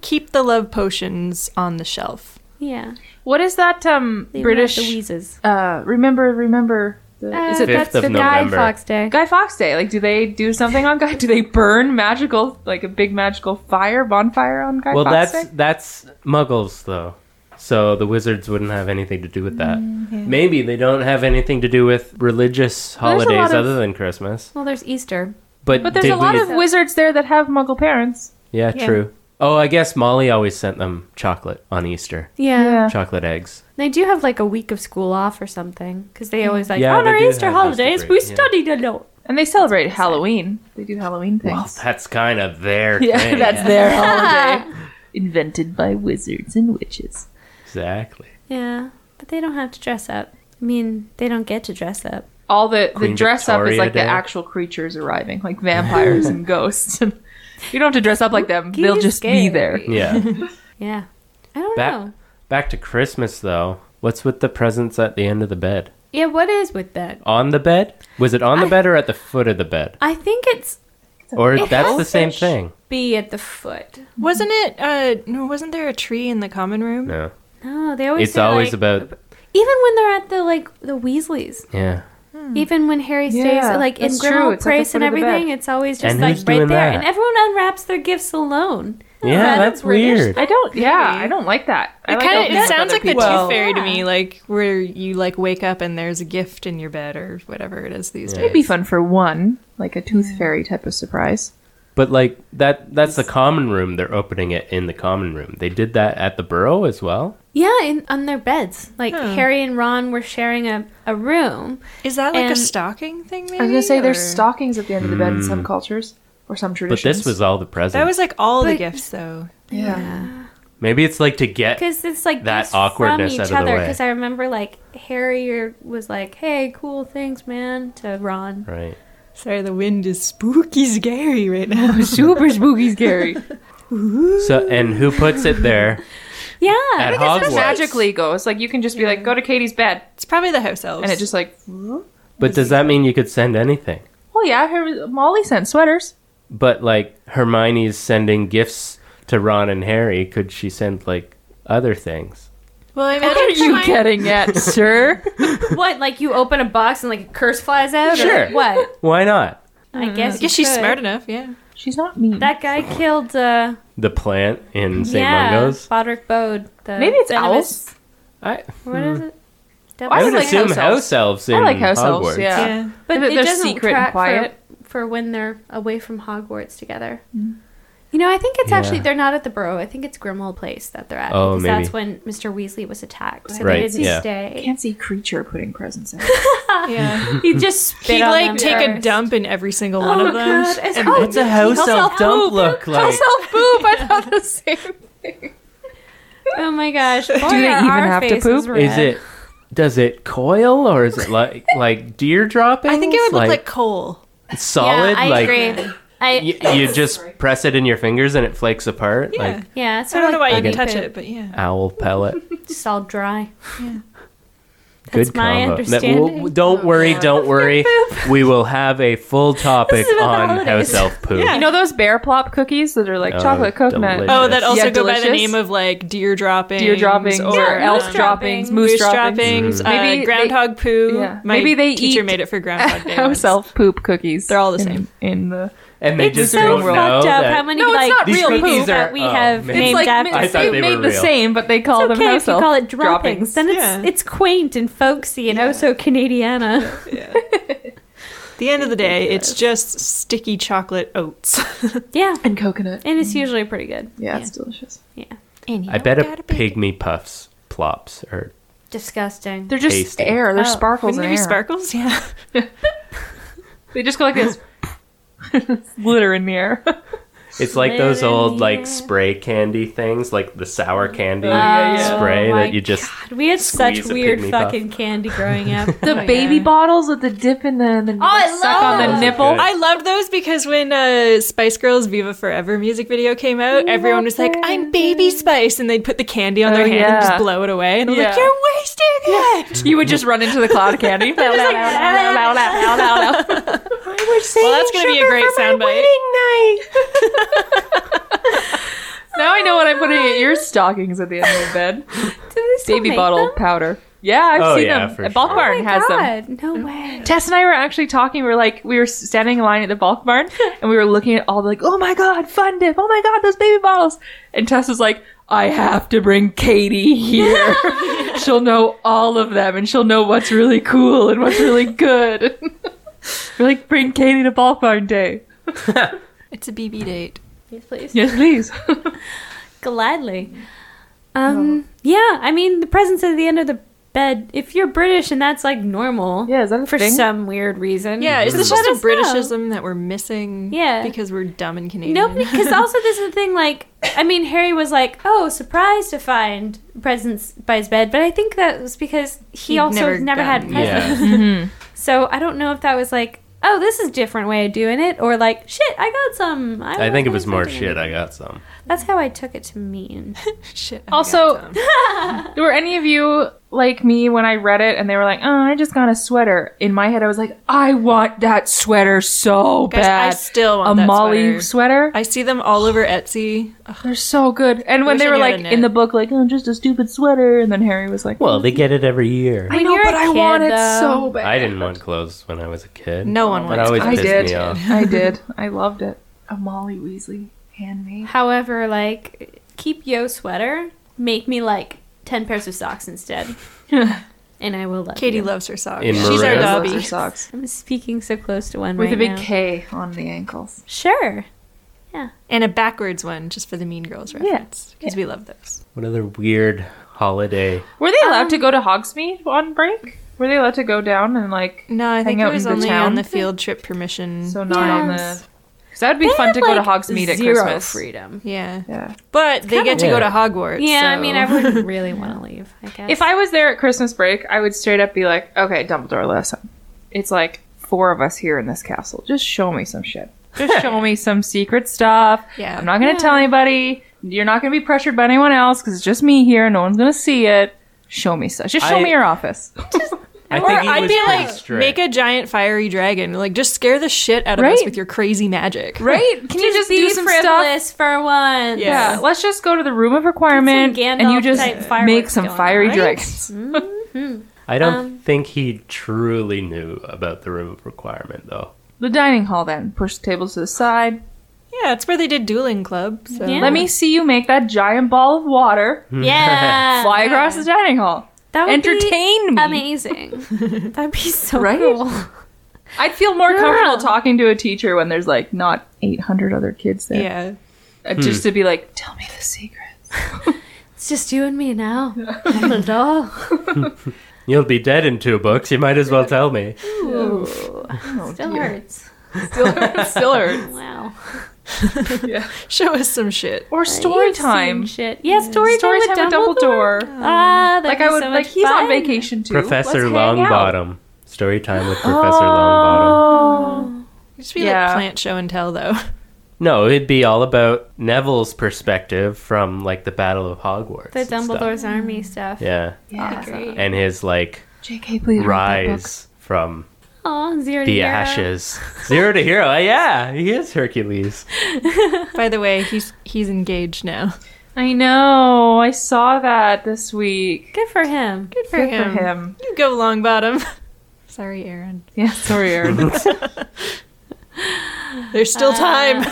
Keep the love potions on the shelf. Yeah. What is that um They British? love The Wheezes. uh, remember, remember. The, is Uh, Fifth it that's of the November. Guy Fox Day. Guy Fox Day? Like, do they do something on Guy? Do they burn magical, like a big magical fire bonfire on Guy well, that's Fawkes Day? that's muggles though. So the wizards wouldn't have anything to do with that. Mm, Maybe they don't have anything to do with religious a lot holidays of- other than Christmas. Well, there's Easter. But, But there's did a lot we- of wizards there that have Muggle parents. yeah, true. Oh, I guess Molly always sent them chocolate on Easter, Yeah. chocolate eggs. They do have like a week of school off or something because they always like Yeah, on they our do Easter have Easter holidays break, we yeah. studied a lot. And they celebrate Halloween. They do Halloween things. Well, that's kind of their yeah, thing. that's their holiday. Invented by wizards and witches. exactly. Yeah, but they don't have to dress up. I mean, they don't get to dress up. All the, the Queen dress up Victoria is like Day. the actual creatures arriving, like vampires and ghosts. you don't have to dress up like them. Spooky, They'll just scary. be there. Yeah. Yeah, I don't Back know. back to Christmas though. What's with the presents at the end of the bed? Yeah, what is with that? On the bed? Was it on the I- bed or at the foot of the bed? I think it's Or It that's has the to same sh- thing. B at the foot. Wasn't it uh no wasn't there a tree in the common room? No. No, they always. It's say, always like- about even when they're at the like the Weasleys. yeah. Even when Harry stays Hmm. Yeah, like in that's true. Grimmauld It's at the Place and foot of the everything, it's always just And like who's right there, doing that? and everyone unwraps their gifts alone. Yeah, Rather that's British. weird. I don't. Yeah, I don't like that. I It like kind opening of it up sounds like other oh, the people's- tooth fairy to me, Yeah. like where you like wake up and there's a gift in your bed or whatever it is these It'd days. be fun for one, like a tooth fairy type of surprise. But like that that's the common room. They're opening it in the common room. They did that at the burrow as well. Yeah, in, on their beds. Like Hmm. Harry and Ron were sharing a, a room. Is that like a And- stocking thing? Maybe, I was gonna say there's or- stockings at the end of the bed in some cultures or some Hmm. But traditions. this was all the presents. That was like all the But- gifts though. yeah. Maybe it's like to get Because it's like That just awkwardness from out each of the other. way. Because I remember like Harry or- was like, "Hey, cool, thanks, man," to Ron. right. Sorry, the wind is spooky scary right now. Super spooky, scary. So and who puts it there? Yeah, At I think Hogwarts. it's Magically goes like you can just be like, go to Katie's bed, it's probably the house elves. and it just like, But does that mean you could send anything? oh yeah, her, Molly sent sweaters. But like Hermione's sending gifts to Ron and Harry, could she send like other things? well, I What are imagine you getting at, sir? What? Like you open a box and like a curse flies out? Sure. Or what? Why not? I guess. I guess she's could. smart enough. Yeah. She's not mean. That guy killed. uh The plant in St. Yeah, Mungo's? Bodrick Bode. The Maybe it's venomous- I, What is Mm. it? I I would like assume house house, elves. elves in I like house Hogwarts. elves. Yeah. But They're- it they're doesn't secret and track for- quiet. For, when they're away from Hogwarts together. You know, I think it's Yeah. actually they're not at the Burrow. I think it's Grimmauld Place that they're at Oh, because maybe. that's when Mr. Weasley was attacked, so Right, they didn't yeah. stay. Fancy creature putting presents in. Yeah. He just spit He'd on like them take a first. dump in every single one Oh, of them. God, it's and all- then- What's a house House elf elf. dump look like? poop. I thought the same. Oh my gosh! Do they even have to poop? Is it does it coil or is it like like deer dropping? I think it would look like, coal. solid. Yeah, I like agree. I y- you just press it in your fingers and it flakes apart Yeah. like yeah. It's I sort don't know of why like you can bunny touch poop. it, but yeah. owl pellet. It's all dry. Good That's my combo. That- understanding. Oh, we'll- don't worry, don't worry. we will have a full topic This is about the on holidays. house elf poop. Yeah. You know those bear plop cookies that are like Oh, chocolate coconut, delicious. Oh, that also Yeah, go by the delicious. name of like deer droppings, deer droppings, or or elf um, droppings, droppings, moose, moose droppings. Mm. droppings, uh, Maybe they- groundhog poo. Yeah. My Maybe they teacher eat- made it for Groundhog Day. House once. elf poop cookies. They're all the in- same. in the And they It's just so don't fucked know up that how many No, it's like not these real things cookies poop. are that we oh, have man. named It's like after. mi- I thought they they made were the real. same, but they call It's them okay house if you elf call it droppings. Then it's Yeah. it's quaint and folksy and oh so Canadiana. the end of the day, it's just sticky chocolate oats. Yeah, and coconut. and it's usually pretty good. Yeah, it's delicious. I bet a pygmy puffs plops or Disgusting. They're just Tasty. air. They're Oh. sparkles Wouldn't there in be air. sparkles? Yeah. they just go like this. Glitter in the air. it's like Glitter those in old the like air. spray candy things, like the sour candy yeah, yeah. spray Oh my that you just God, we had such squeeze a weird pygmy fucking candy growing up. the baby bottles with the dip in the, and then oh, I suck on the love those. nipple. I loved those because when uh, Spice Girls' "Viva Forever" music video came out, everyone was like, "I'm Baby Spice," and they'd put the candy on Oh, their hand and yeah. just blow it away. And I'm Yeah. like, "You're wasting it." You would just run into the cloud of candy. That's Well, that's gonna be a great soundbite. Now I know what I'm putting at your stockings at the end of the bed. Baby bottle powder. Yeah, I've Oh, seen yeah, them. for Bulk sure. Barn has them. Mm. God, no way. Tess and I were actually talking. We were like, we were standing in line at the bulk barn, and we were looking at all the like, oh my god, fun dip, oh my god, those baby bottles. And Tess was like, I have to bring Katie here. she'll know all of them, and she'll know what's really cool and what's really good. we're like, bring Katie to bulk barn day. It's a BB date. Yes, please. Yes, please. Gladly. Oh. Um. Yeah. I mean, the presence at the end of the bed. If you're British and that's like normal. yeah, is that a For thing? some weird reason. Yeah, is this Let just a us know. Britishism that we're missing? Yeah. because we're dumb and Canadian. Nobody, because also this is the thing. Like, I mean, Harry was like, "Oh, surprised to find presents by his bed," but I think that was because he He'd also never never, had done- presents. Yeah. Mm-hmm. So I don't know if that was like, "Oh, this is a different way of doing it," or like, "Shit, I got some." I think it was wasn't more expecting shit it." I got some. That's how I took it to mean. Shit, I Also- got some. Were any of you like me when I read it and they were like, "Oh, I just got a sweater." In my head, I was like, "I want that sweater so Guys, bad." I still want a that Molly sweater. sweater. I see them all over Etsy. They're so good. And when wish they I were knew how like to knit. in the book, like, "Oh, just a stupid sweater," and then Harry was like, Well, they get it every year. I know, you're but a I kid, want it though- so bad." I didn't want clothes when I was a kid. No one That wants. Oh, always I pissed did. me off. I did. I loved it. A Molly Weasley handmade. However, like, keep yo sweater, make me like ten pairs of socks instead, and I will love Katie you. loves her socks. In She's our maroon. Those Dobby. are socks I'm speaking so close to one with right a big now. K on the ankles. Sure. And a backwards one just for the Mean Girls reference because we love those. What other weird holiday? Were they allowed Um, to go to Hogsmeade on break? Were they allowed to go down and like No, I Hang think out it in was the only town? on the field trip permission. so not on the Yes. Because that would be They fun have, to go to like, Hogsmeade at zero Christmas. freedom. Yeah. Yeah. But they get to Yeah. go to Hogwarts. Yeah, I so- mean, I wouldn't really want to leave. I guess If I was there at Christmas break, I would straight up be like, okay, Dumbledore, listen. It's like four of us here in this castle. Just show me some shit. Just show me some secret stuff. Yeah. I'm not going to tell anybody. You're not going to be pressured by anyone else because it's just me here. No one's going to see it. Show me stuff. Just show I- me your office. I or think he I'd was be pretty like, strict. make a giant fiery dragon. Like, just scare the shit out of us Right. with your crazy magic. right? Can you just be do some stuff? frivolous for once. Yeah. Yeah, let's just go to the room of requirement Get some and you Gandalf just type fireworks make some going on, fiery right? dragons. I don't Um, think he truly knew about the room of requirement, though. The dining hall then. Push the tables to the side. Yeah, it's where they did Dueling Club. So. Yeah. Let me see you make that giant ball of water yeah, fly across the dining hall. That would Uh-huh. be Entertain me. Amazing. That'd be so Right? cool. I'd feel more Yeah. comfortable talking to a teacher when there's like not 800 other kids there. Yeah. Uh, Just Hmm. to be like, tell me the secret. It's just you and me now. Not at all. You'll be dead in two books. You might as well tell me. Ooh. Oh, Still dear. hurts. Still hurts. Still hurts. Wow. Show us some shit. Or story time. Shit. Yeah, story, Story time, with Dumbledore. Dumbledore. Ah, that'd Like be I would so much like he's fun. on vacation too. Professor Let's hang out. Longbottom. Story time with Professor Longbottom. Oh. Just be Yeah. like plant show and tell, though. No, it'd be all about Neville's perspective from like the Battle of Hogwarts. The and stuff. Dumbledore's army stuff. Yeah, Yeah. and his like JK please read that book. rise from Oh, zero to the hero. ashes. Zero to hero. uh, Yeah, he is Hercules. By the way, he's he's engaged now. I know. I saw that this week. Good for him. Good for, Good him. for him. You go, Longbottom. Sorry, Aaron. Yeah, sorry, Aaron. There's still time.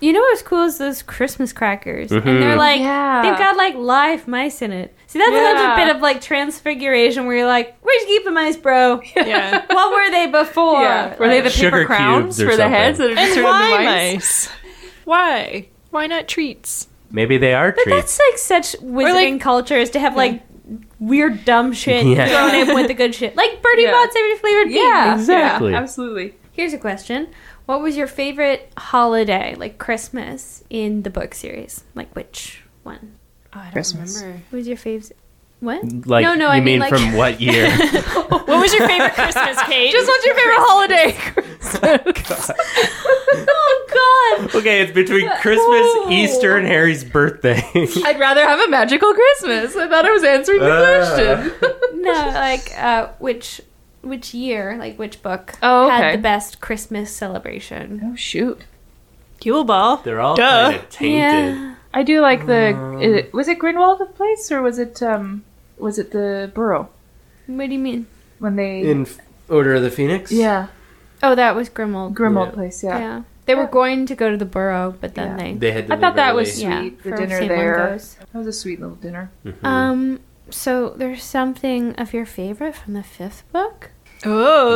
You know what's cool is those Christmas crackers, and Mhm. they're like Yeah. they've got like live mice in it. See, that's Yeah. another bit of like transfiguration where you're like, "Where'd you keep the mice, bro? yeah. what were they before? yeah. Were they the Sugar paper crowns cubes or for the something. heads that are just And sort of the why mice? mice? Why? Why not treats? Maybe they are But treats. that's like such wizarding culture is to have like weird dumb shit Yeah. thrown in with the good shit, like Bertie Yeah. Bott's every flavored bean. Yeah, Exactly. yeah, absolutely. Here's a question: What was your favorite holiday, like Christmas, in the book series? Like which one? I don't Christmas. remember. What was your favorite? What? Like no, no, you I mean, mean, like- from what year? What was your favorite Christmas, Kate? Just what's your favorite holiday? oh God! okay, it's between Christmas, Easter, and Harry's birthday. I'd rather have a magical Christmas. I thought I was answering the Uh. question. No, like uh, which which year, like which book Oh, okay. had the best Christmas celebration? oh shoot! Yule Ball. They're all Duh. kind of tainted. Yeah. I do like the. it- was it Grinwald the place or was it um was it the Burrow What do you mean? when they In F- Order of the Phoenix? yeah Oh, that was Grimald. Grinwald Yeah. place yeah. yeah. they were going to go to the burrow, but then Yeah. they They had I thought that was deliberately- Sweet, the for dinner Save One there. Goes. That was a sweet little dinner. Hmm. Um, so there's something of your favorite from the fifth book. Oh.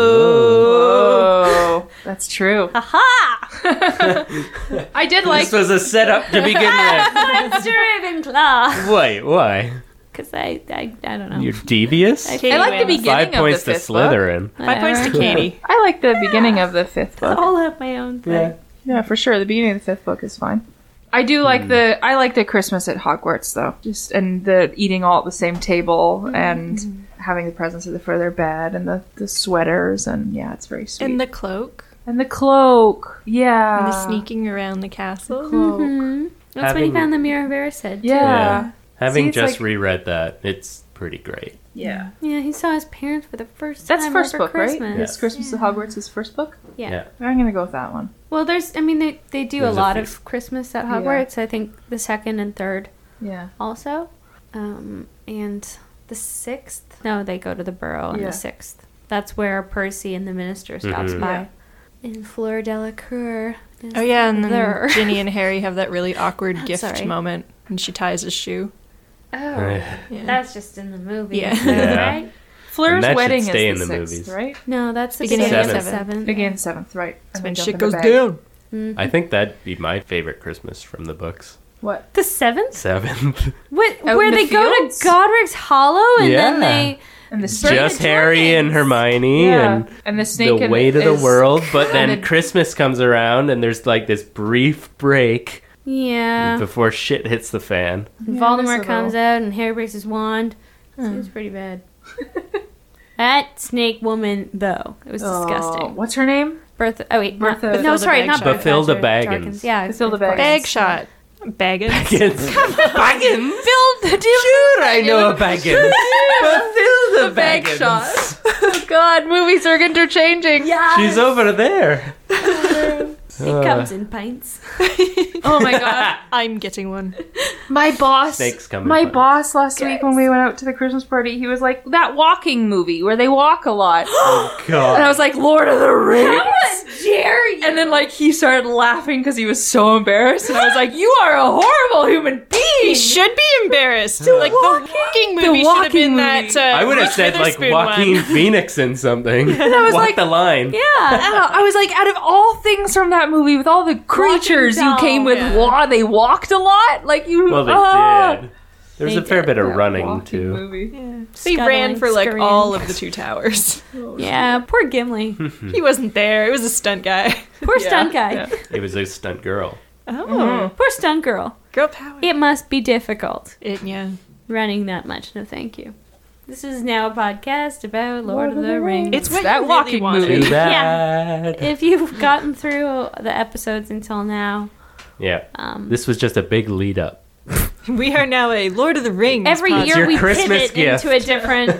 Oh, that's true. Aha! I did like. This was a setup to begin with. That's Ravenclaw. Wait, why? Because I, I, I don't know. You're devious? I like the beginning Five of points the to fifth book. Slytherin. Five points to Katie. I like the beginning of the fifth book. I'll have my own thing. Yeah. Yeah, for sure. The beginning of the fifth book is fine. I do Hmm. like the I like the Christmas at Hogwarts though. Just and the eating all at the same table and having the presents at the foot of their bed and the, the sweaters and yeah, it's very sweet. And the cloak. And the cloak. Yeah. and the sneaking around the castle. cloak. Hmm. That's when Having- he found the Mirror of Erised. Yeah. Yeah. Having See, it's just like- reread that, it's pretty great. Yeah. Yeah, he saw his parents for the first That's time first over book, right? Christmas. His Christmas at Hogwarts is first book? Yeah. Yeah. I'm gonna go with that one. Well, there's, I mean, they, they do There's a a lot few. of Christmas at Yeah. Hogwarts. I think the second and third Yeah. also. Um, and the sixth? No, they go to the burrow on Yeah. the sixth. That's where Percy and the minister stops Mhm. by. And Fleur Delacour. is Oh yeah, and then there. Ginny and Harry have that really awkward gift Sorry. moment, and she ties his shoe. oh, that's just in the movie. Yeah. Yeah. Right? Fleur's And that should wedding stay is in the the sixth, movies. right? No, that's the Beginning beginning, of of seven. seventh. Again seventh, right. And when they shit jump in goes the bag. down. Mm-hmm. I think that'd be my favorite Christmas from the books. What? The seventh? Seventh. What, Out where in the they go to fields? Godric's Hollow and then Yeah. they and the It's snake. just Harry and Hermione yeah. and the snake. the and weight of the is- world. But then crowded. Christmas comes around, and there's like this brief break Uh. Yeah. before shit hits the fan. And it is a Voldemort little- comes out and Harry breaks his wand. Seems pretty bad. that snake woman, though, it was Oh, disgusting. What's her name? Bertha. Oh wait, not- Bertha- no, sorry, not Bertha. Bathilda sorry, Baggins. Jorkins. Yeah, Bathilda of course. Baggins. Bag shot. Baggins. Baggins. Baggins. Build the Sure, I know a Baggins. Bathilda bag Baggins. shot. God, movies are interchanging. Yeah. She's over there. uh, It comes in pints. Oh my god. I'm getting one. My boss, Snakes come in my bunches. boss last week when we went out to the Christmas party, he was like that walking movie where they walk a lot, and I Oh, God. was like Lord of the Rings. And then like he started laughing because he was so embarrassed, and I was like, "You are a horrible human He being." should be embarrassed. like the walking movie should have walking been movie. that. Uh, I would have Reese said like Witherspoon Joaquin one. Phoenix in something. was Walk like- the line. Yeah. I don't know, I was like, out of all things from that movie, with all the creatures you down, came with, yeah. wa- they walked a lot. Like you, Well, they ah. did. There's They a fair did. bit of That running walking too. movie. They ran Scuttling, for like scurrying. all of the two towers. Yeah, poor Gimli. Hmm. he wasn't there. It was a stunt guy. Poor stunt guy. It was a stunt girl. Oh, Poor stunt girl. girl power. It must be difficult It, yeah. running that much. No, thank you. This is now a podcast about Lord, of the Rings. It's what you that really walking wanted. Too movie. bad. Yeah. If you've gotten through the episodes until now, um, This was just a big lead up. We are now a Lord of the Rings. every podcast. year your we Christmas pivot gift. into a different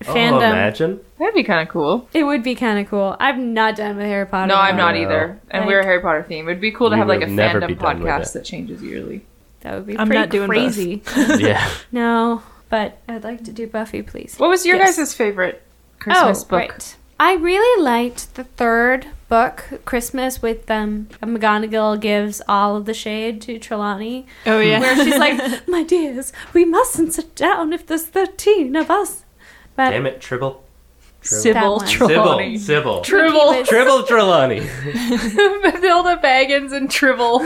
fandom. Oh, imagine. That'd be kind of cool. It would be kind of cool. I'm not done with Harry Potter. No, I'm though. not know. either. And Like- we're a Harry Potter theme. It'd be cool to We have like a would never be fandom done with podcast it. that changes yearly. That would be I'm pretty not doing both. crazy. yeah. No, but I'd like to do Buffy, please. What was your Yes. guys' favorite Christmas book? right. I really liked the third book, Christmas, with um, McGonagall gives all of the shade to Trelawney, Oh yeah. where she's like, "My dears, we mustn't sit down if there's thirteen of us." But Damn it, Tribble. Sybil Sybil. Sybil. Tribble. was- Tribble Trelawney. Mathilda Baggins and Tribble.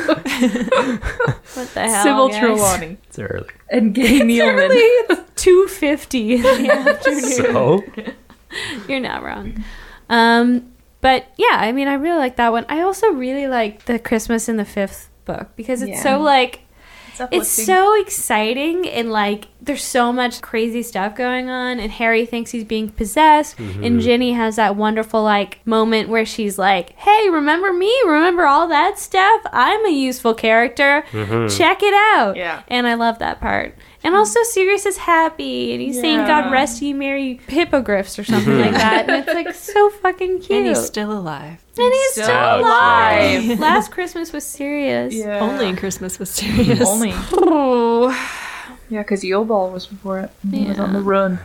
what the hell, Sybil guys? Trelawney. It's early. And Gay Nealman. two fifty in the afternoon. So You're not wrong. Um, but yeah, I mean, I really like that one. I also really like the Christmas in the Fifth book because it's Yeah. so like it's uplifting. so exciting and like there's so much crazy stuff going on and harry thinks he's being possessed and ginny has that wonderful like moment where she's like hey remember me remember all that stuff i'm a useful character Mm-hmm. check it out Yeah. and i love that part and also sirius is happy and he's saying god Yeah. rest ye merry hippogriffs or something like that and it's like so fucking cute and he's still alive. And he's still still, alive. alive last christmas was sirius Yeah. Only in Christmas was serious. Only. Yeah, because Yobal was before it. and He was on the run.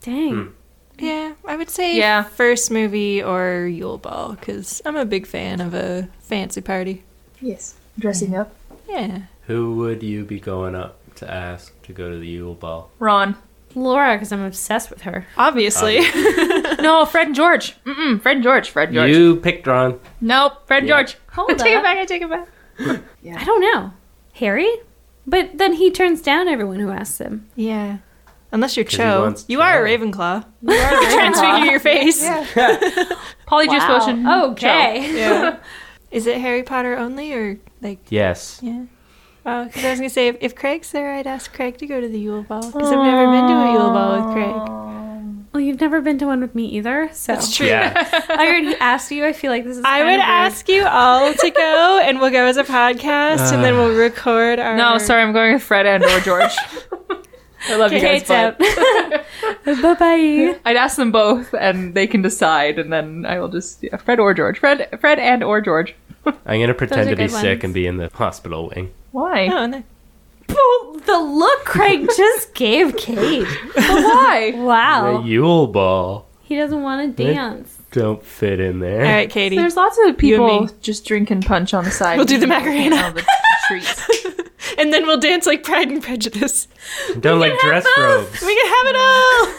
dang Yeah, I would say Yeah. first movie or Yule Ball because I'm a big fan of a fancy party. Yes. Dressing up. Yeah. who would you be going up to ask to go to the Yule Ball? Ron. Laura, because I'm obsessed with her. Obviously. No, Fred and George. Mm-mm, Fred and George. Fred and George. You picked Ron. Nope, Fred and Yeah. George. Hold take it up. back. I take it back. I don't know. Harry? But then he turns down everyone who asks him. yeah. Unless you're 'Cause he Cho. wants You are a Cho. Ravenclaw. Transfigure your face. Polyjuice potion. Okay. Yeah. Is it Harry Potter only or like, Yes. yeah? Oh, because I was going to say, if, if Craig's there, I'd ask Craig to go to the Yule Ball because I've never been to a Yule Ball with Craig. Well, you've never been to one with me either, so Yeah. I already asked you. I feel like this is. I kind would of rude. ask you all to go and we'll go as a podcast and then we'll record our. No, sorry, I'm going with Fred and or George. I love you guys. Kate's But out. bye bye. I'd ask them both, and they can decide, and then I will just yeah, Fred or George. Fred, Fred and or George. I'm gonna pretend are to be good sick ones. and be in the hospital wing. Why? Oh, no. The look Craig just gave Kate. Why? The Oh. Wow. Yule Ball He doesn't want to Right? dance. don't fit in there. All right, Katie. There's lots of You and people me. just drinking punch on the side. We'll do the You know, Macarena. all the treats. and then we'll dance like Pride and Prejudice. Don't like dress robes. We can have it all.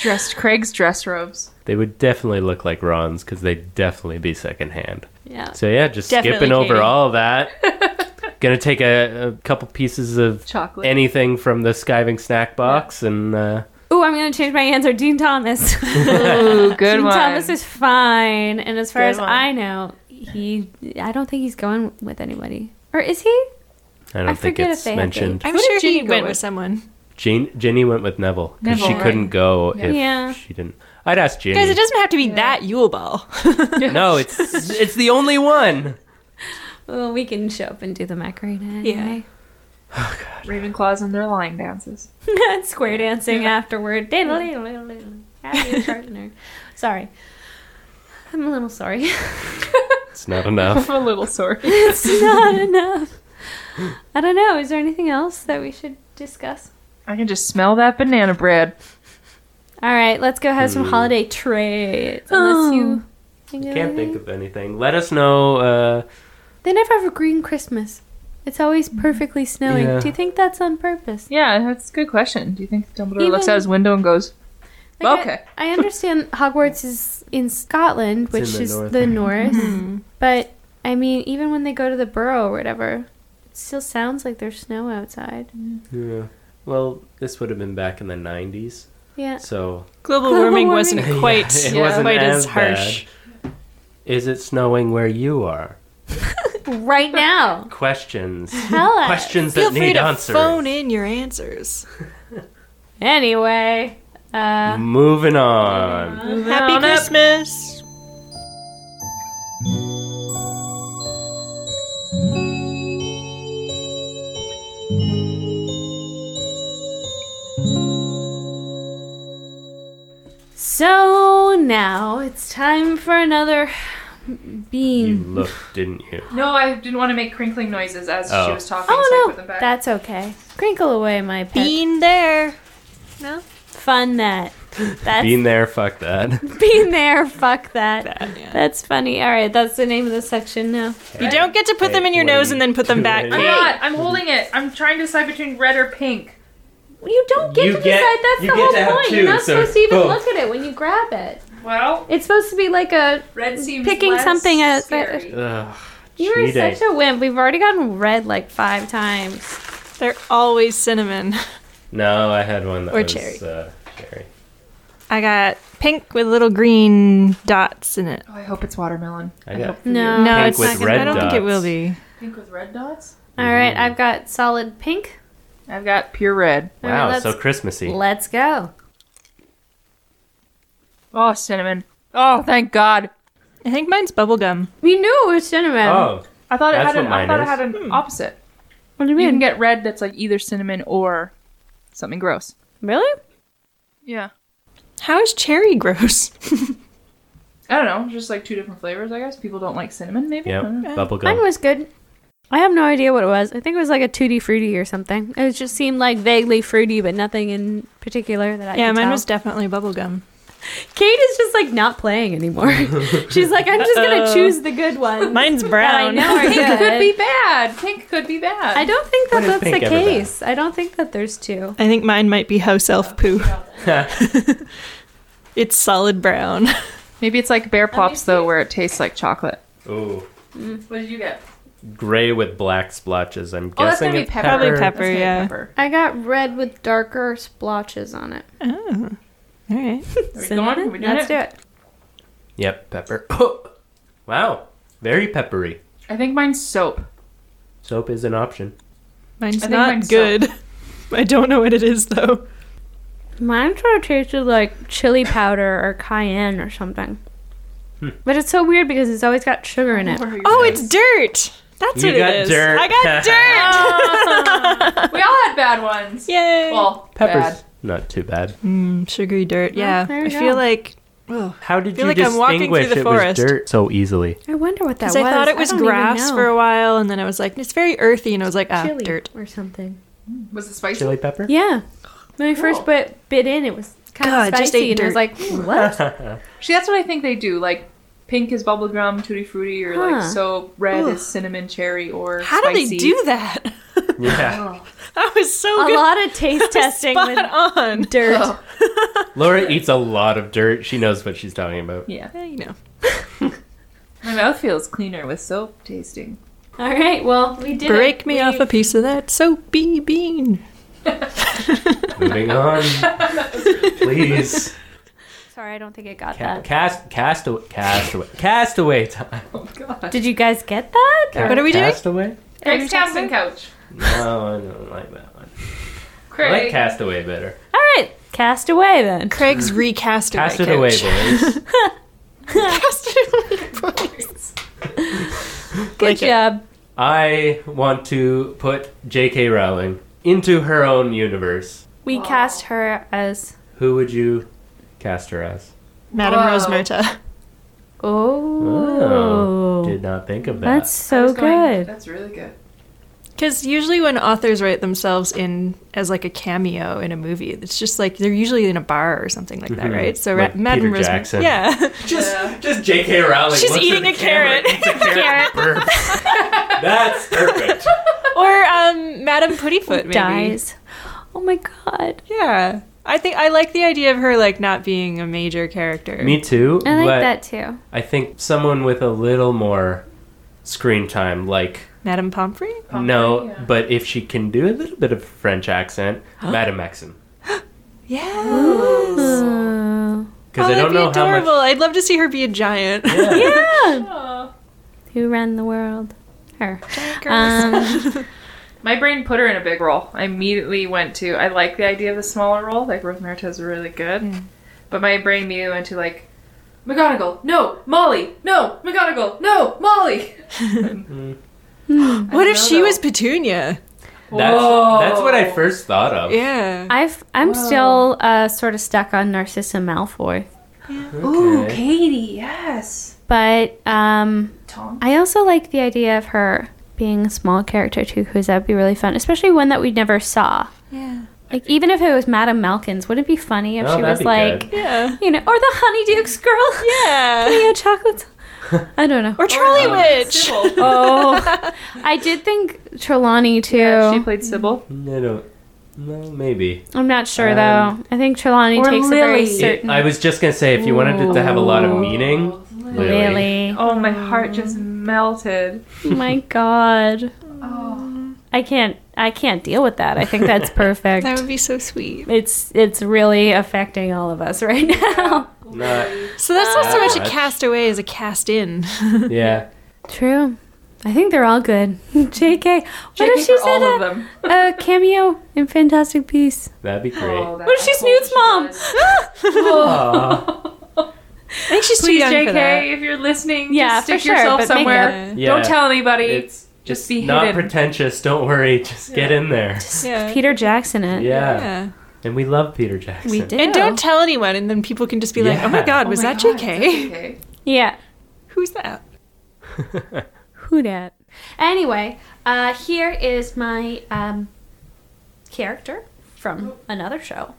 Dressed Craig's dress robes. They would definitely look like Ron's because they'd definitely be secondhand. Yeah. So yeah, just Uh, Definitely skipping over Katie. all that. Gonna take a, a couple pieces of Chocolate. anything from the skiving snack box and uh, Ooh, I'm gonna change my answer. Dean Thomas. Ooh, good Dean one. Thomas is fine, and as far Good as one. I know, he. I don't think he's going with anybody, or is he? I don't I think forget if it's they had mentioned. I'm Who did sure he Ginny go went with? with someone. Jean, Ginny went with Neville because she Neville, couldn't go if Yeah. she didn't. I'd ask Ginny. Guys, it doesn't have to be that Yule Ball. no, it's it's the only one. Well, we can show up and do the Macarena. Yeah. Anyway. Ravenclaws and their line dances. Square dancing afterward. Happy partner. Sorry. I'm a little sorry. It's not enough. I'm a little sore. it's not enough. I don't know. Is there anything else that we should discuss? I can just smell that banana bread. All right, let's go have some Hmm. holiday traits. Unless you think of Can't anything. think of anything. Let us know. Uh, They never have a green Christmas. It's always perfectly snowing. Yeah. Do you think that's on purpose? Yeah, that's a good question. Do you think Dumbledore looks Even- out his window and goes, Like, I- Okay. I, understand Hogwarts is in Scotland, which in the is north. the north. But I mean, even when they go to the borough or whatever, it still sounds like there's snow outside. yeah. Well, this would have been back in the '90s, Yeah. so Global, Global warming. warming wasn't Yeah, quite, it wasn't quite as, as, harsh. bad. Is it snowing where you are? Right now. Questions. Tell us. Questions Feel that free need to answers. phone in your answers. Anyway. Hmm. Uh, Moving on. Happy Christmas. so now it's time for another You bean. looked, didn't you? No, I didn't want to make crinkling noises as Oh. she was talking. so I Oh no, put them back. that's okay. Crinkle away, my pet. Bean there. Fun that. That's Being there, fuck that. Bean there. Fuck that. yeah. That's funny. All right, that's the name of the section now. You don't get to put them in your Wait, nose and then put them back. wait. I'm not. I'm holding it. I'm trying to decide between red or pink. You don't get You to get- decide. That's you the get whole to have point. two, You're not so supposed to even both. look at it when you grab it. Well, It's supposed to be like a. red seems Picking less something at- scary. Ugh, You are cheating. such a wimp. We've already gotten red like five times. They're always cinnamon. No, I had one that Or was cherry. Uh, cherry. I got pink with little green dots in it. Oh, I hope it's watermelon. I got No. No, Pink it's with not. Gonna, red I don't think it will dots. be. Pink with red dots. All right, I've got solid pink. I've got pure red. All wow, right, let's, so Christmassy. let's go. Oh, cinnamon. Oh, thank God. I think mine's bubblegum. We knew it was cinnamon. Oh, I thought That's it had an. what mine I thought is. Hmm. it had an opposite. what do you You mean? can get red that's like either cinnamon or something gross. really? Yeah. How is cherry gross? I don't know. Just like two different flavors, I guess. People don't like cinnamon, maybe. yep, I don't know. Mine bubblegum. was good. I have no idea what it was. I think it was like a tutti frutti or something. It just seemed like vaguely fruity, but nothing in particular that I. yeah, could mine tell. was definitely bubblegum. Kate is just like not playing anymore. She's like, I'm just gonna Uh-oh. choose the good ones Mine's that I brown. know are Pink could good. be bad. Pink could be bad. I don't think that When is that's the pink ever bad? case. I don't think that there's two. I think mine might be house elf poo. it's solid brown. Maybe it's like Bear Plops though, where it tastes like chocolate. Ooh, What did you get? gray with black splotches. I'm Oh, that's guessing gonna be it's pepper. Probably That's pepper, gonna be yeah. pepper. I got red with darker splotches on it. Oh, all right. Are we going? Are we doing Let's it? do it. Yep, pepper. Oh, wow, very peppery. I think mine's soap. Soap is an option. Mine's think not mine's good. I don't know what it is though. Mine sort of tasted like chili powder or cayenne or something. Hmm. But it's so weird because it's always got sugar in it. Oh, it's dirt. That's You what got it is. dirt. I got dirt. we all had bad ones. Yay. Ah. Well, Pepper's bad. not too bad. Mm, sugary dirt. Yeah. there I you go. feel like How did Feel you like I'm walking through distinguish the it was forest. dirt so easily? I wonder what that was. Because I thought it was don't even grass know. for a while, and then I was like, it's very earthy, and I was like, ah, chili dirt. or something. Was it spicy? Chili pepper? Yeah. When I first bit, bit in, it was kind God, of just spicy, ate and I was like, dirt. "Ooh, what? See, that's what I think they do. Like, pink is bubblegum, tutti frutti, or Huh. like soap. Red is cinnamon, cherry, or How do spicy. they do that? Yeah. That was so a good. lot of taste testing Spot with on. dirt. Oh. Laura eats a lot of dirt. She knows what she's talking about. Yeah. Yeah, you know. My mouth feels cleaner with soap tasting. All right, well, we did Break it. me We- off a piece of that soapy bean. Moving on, please. Sorry, I don't think I got Ca- that. cast, cast, away, cast away, cast away time. Oh, Did you guys get that? What are we doing? cast Away? Greg's casting couch. No, I don't like that one. I like Craig. Castaway better. All right, cast away then. Craig's recast away. Cast it away, coach. boys. Cast it away, boys. Good Like it. job. I want to put J.K. Rowling into her own universe. We cast her as Who would you cast her as? Madame Whoa. Rose Myrta. oh, did not think of that. that's I so was good. going, That's really good. Because usually when authors write themselves in as like a cameo in a movie, it's just like they're usually in a bar or something like that, Mhm. right? So Like Ra- Madame Peter Rose, Jackson. yeah, just, just J.K. Rowling. She's looks at eating the a camera, carrot. eats a carrot. and burps. that's perfect. or um, Madame Puttyfoot maybe. Dies. Oh my god. Yeah, I think I like the idea of her like not being a major character. Me too. I like but that too. I think someone with a little more screen time, like Madame Pomfrey. no, but if she can do a little bit of French accent, Madame Maxim. Yes. Oh. Because I that'd don't know be how adorable. much. I'd love to see her be a giant. yeah. Who ran the world? Her. Um, My brain put her in a big role. I immediately went to I like the idea of the smaller role, like Rose Myrta is really good. But my brain immediately went to like McGonagall, no, Molly, no, McGonagall, no, Molly. what if know, she though. was Petunia? That's, Whoa. that's what I first thought of. Yeah. I've I'm still uh, sort of stuck on Narcissa Malfoy, Ooh, Okay. Katie, yes. but um, Tom. I also like the idea of her being a small character too, because that'd be really fun, especially one that we never saw. Yeah. Like even if it was Madame Malkins, wouldn't it be funny if Oh, she that'd was be like, good. Yeah. you know, or the Honeydukes girl? Yeah. Leo chocolates. I don't know. Or Trolley Witch. Sybil. oh, I did think Trelawney too. Yeah, she played Sybil. I don't. No, maybe. I'm not sure Um, though. I think Trelawney or takes a very Lily. It- certain I was just gonna say if you wanted it to have a lot of meaning, Lily. Lily. Oh, my heart just melted. Oh my god. Oh. I can't I can't deal with that. I think that's That perfect. would be so sweet. It's it's really affecting all of us right now. Not. So that's not so Yeah. much a cast away as a cast in. Uh, Yeah. True. I think they're all good. JK. What if she said all of a, them. a cameo in Fantastic Beasts? That'd be great. Oh, What if she's Newt's mom? Aw. I think she's Please, too young for that. JK, if you're listening, Yeah, just stick for sure, yourself but make somewhere. it. Yeah. Don't tell anybody. It's Just it's be not hidden. pretentious. Don't worry. Just get in there. Yeah. Peter Jackson it. Yeah. Yeah. And we love Peter Jackson. We did. And don't tell anyone, and then people can just be like, "Oh my Yeah. God, was Oh my that God, JK? is that JK? Yeah. Who's that?" Who dat? Anyway, uh here is my um character from another show.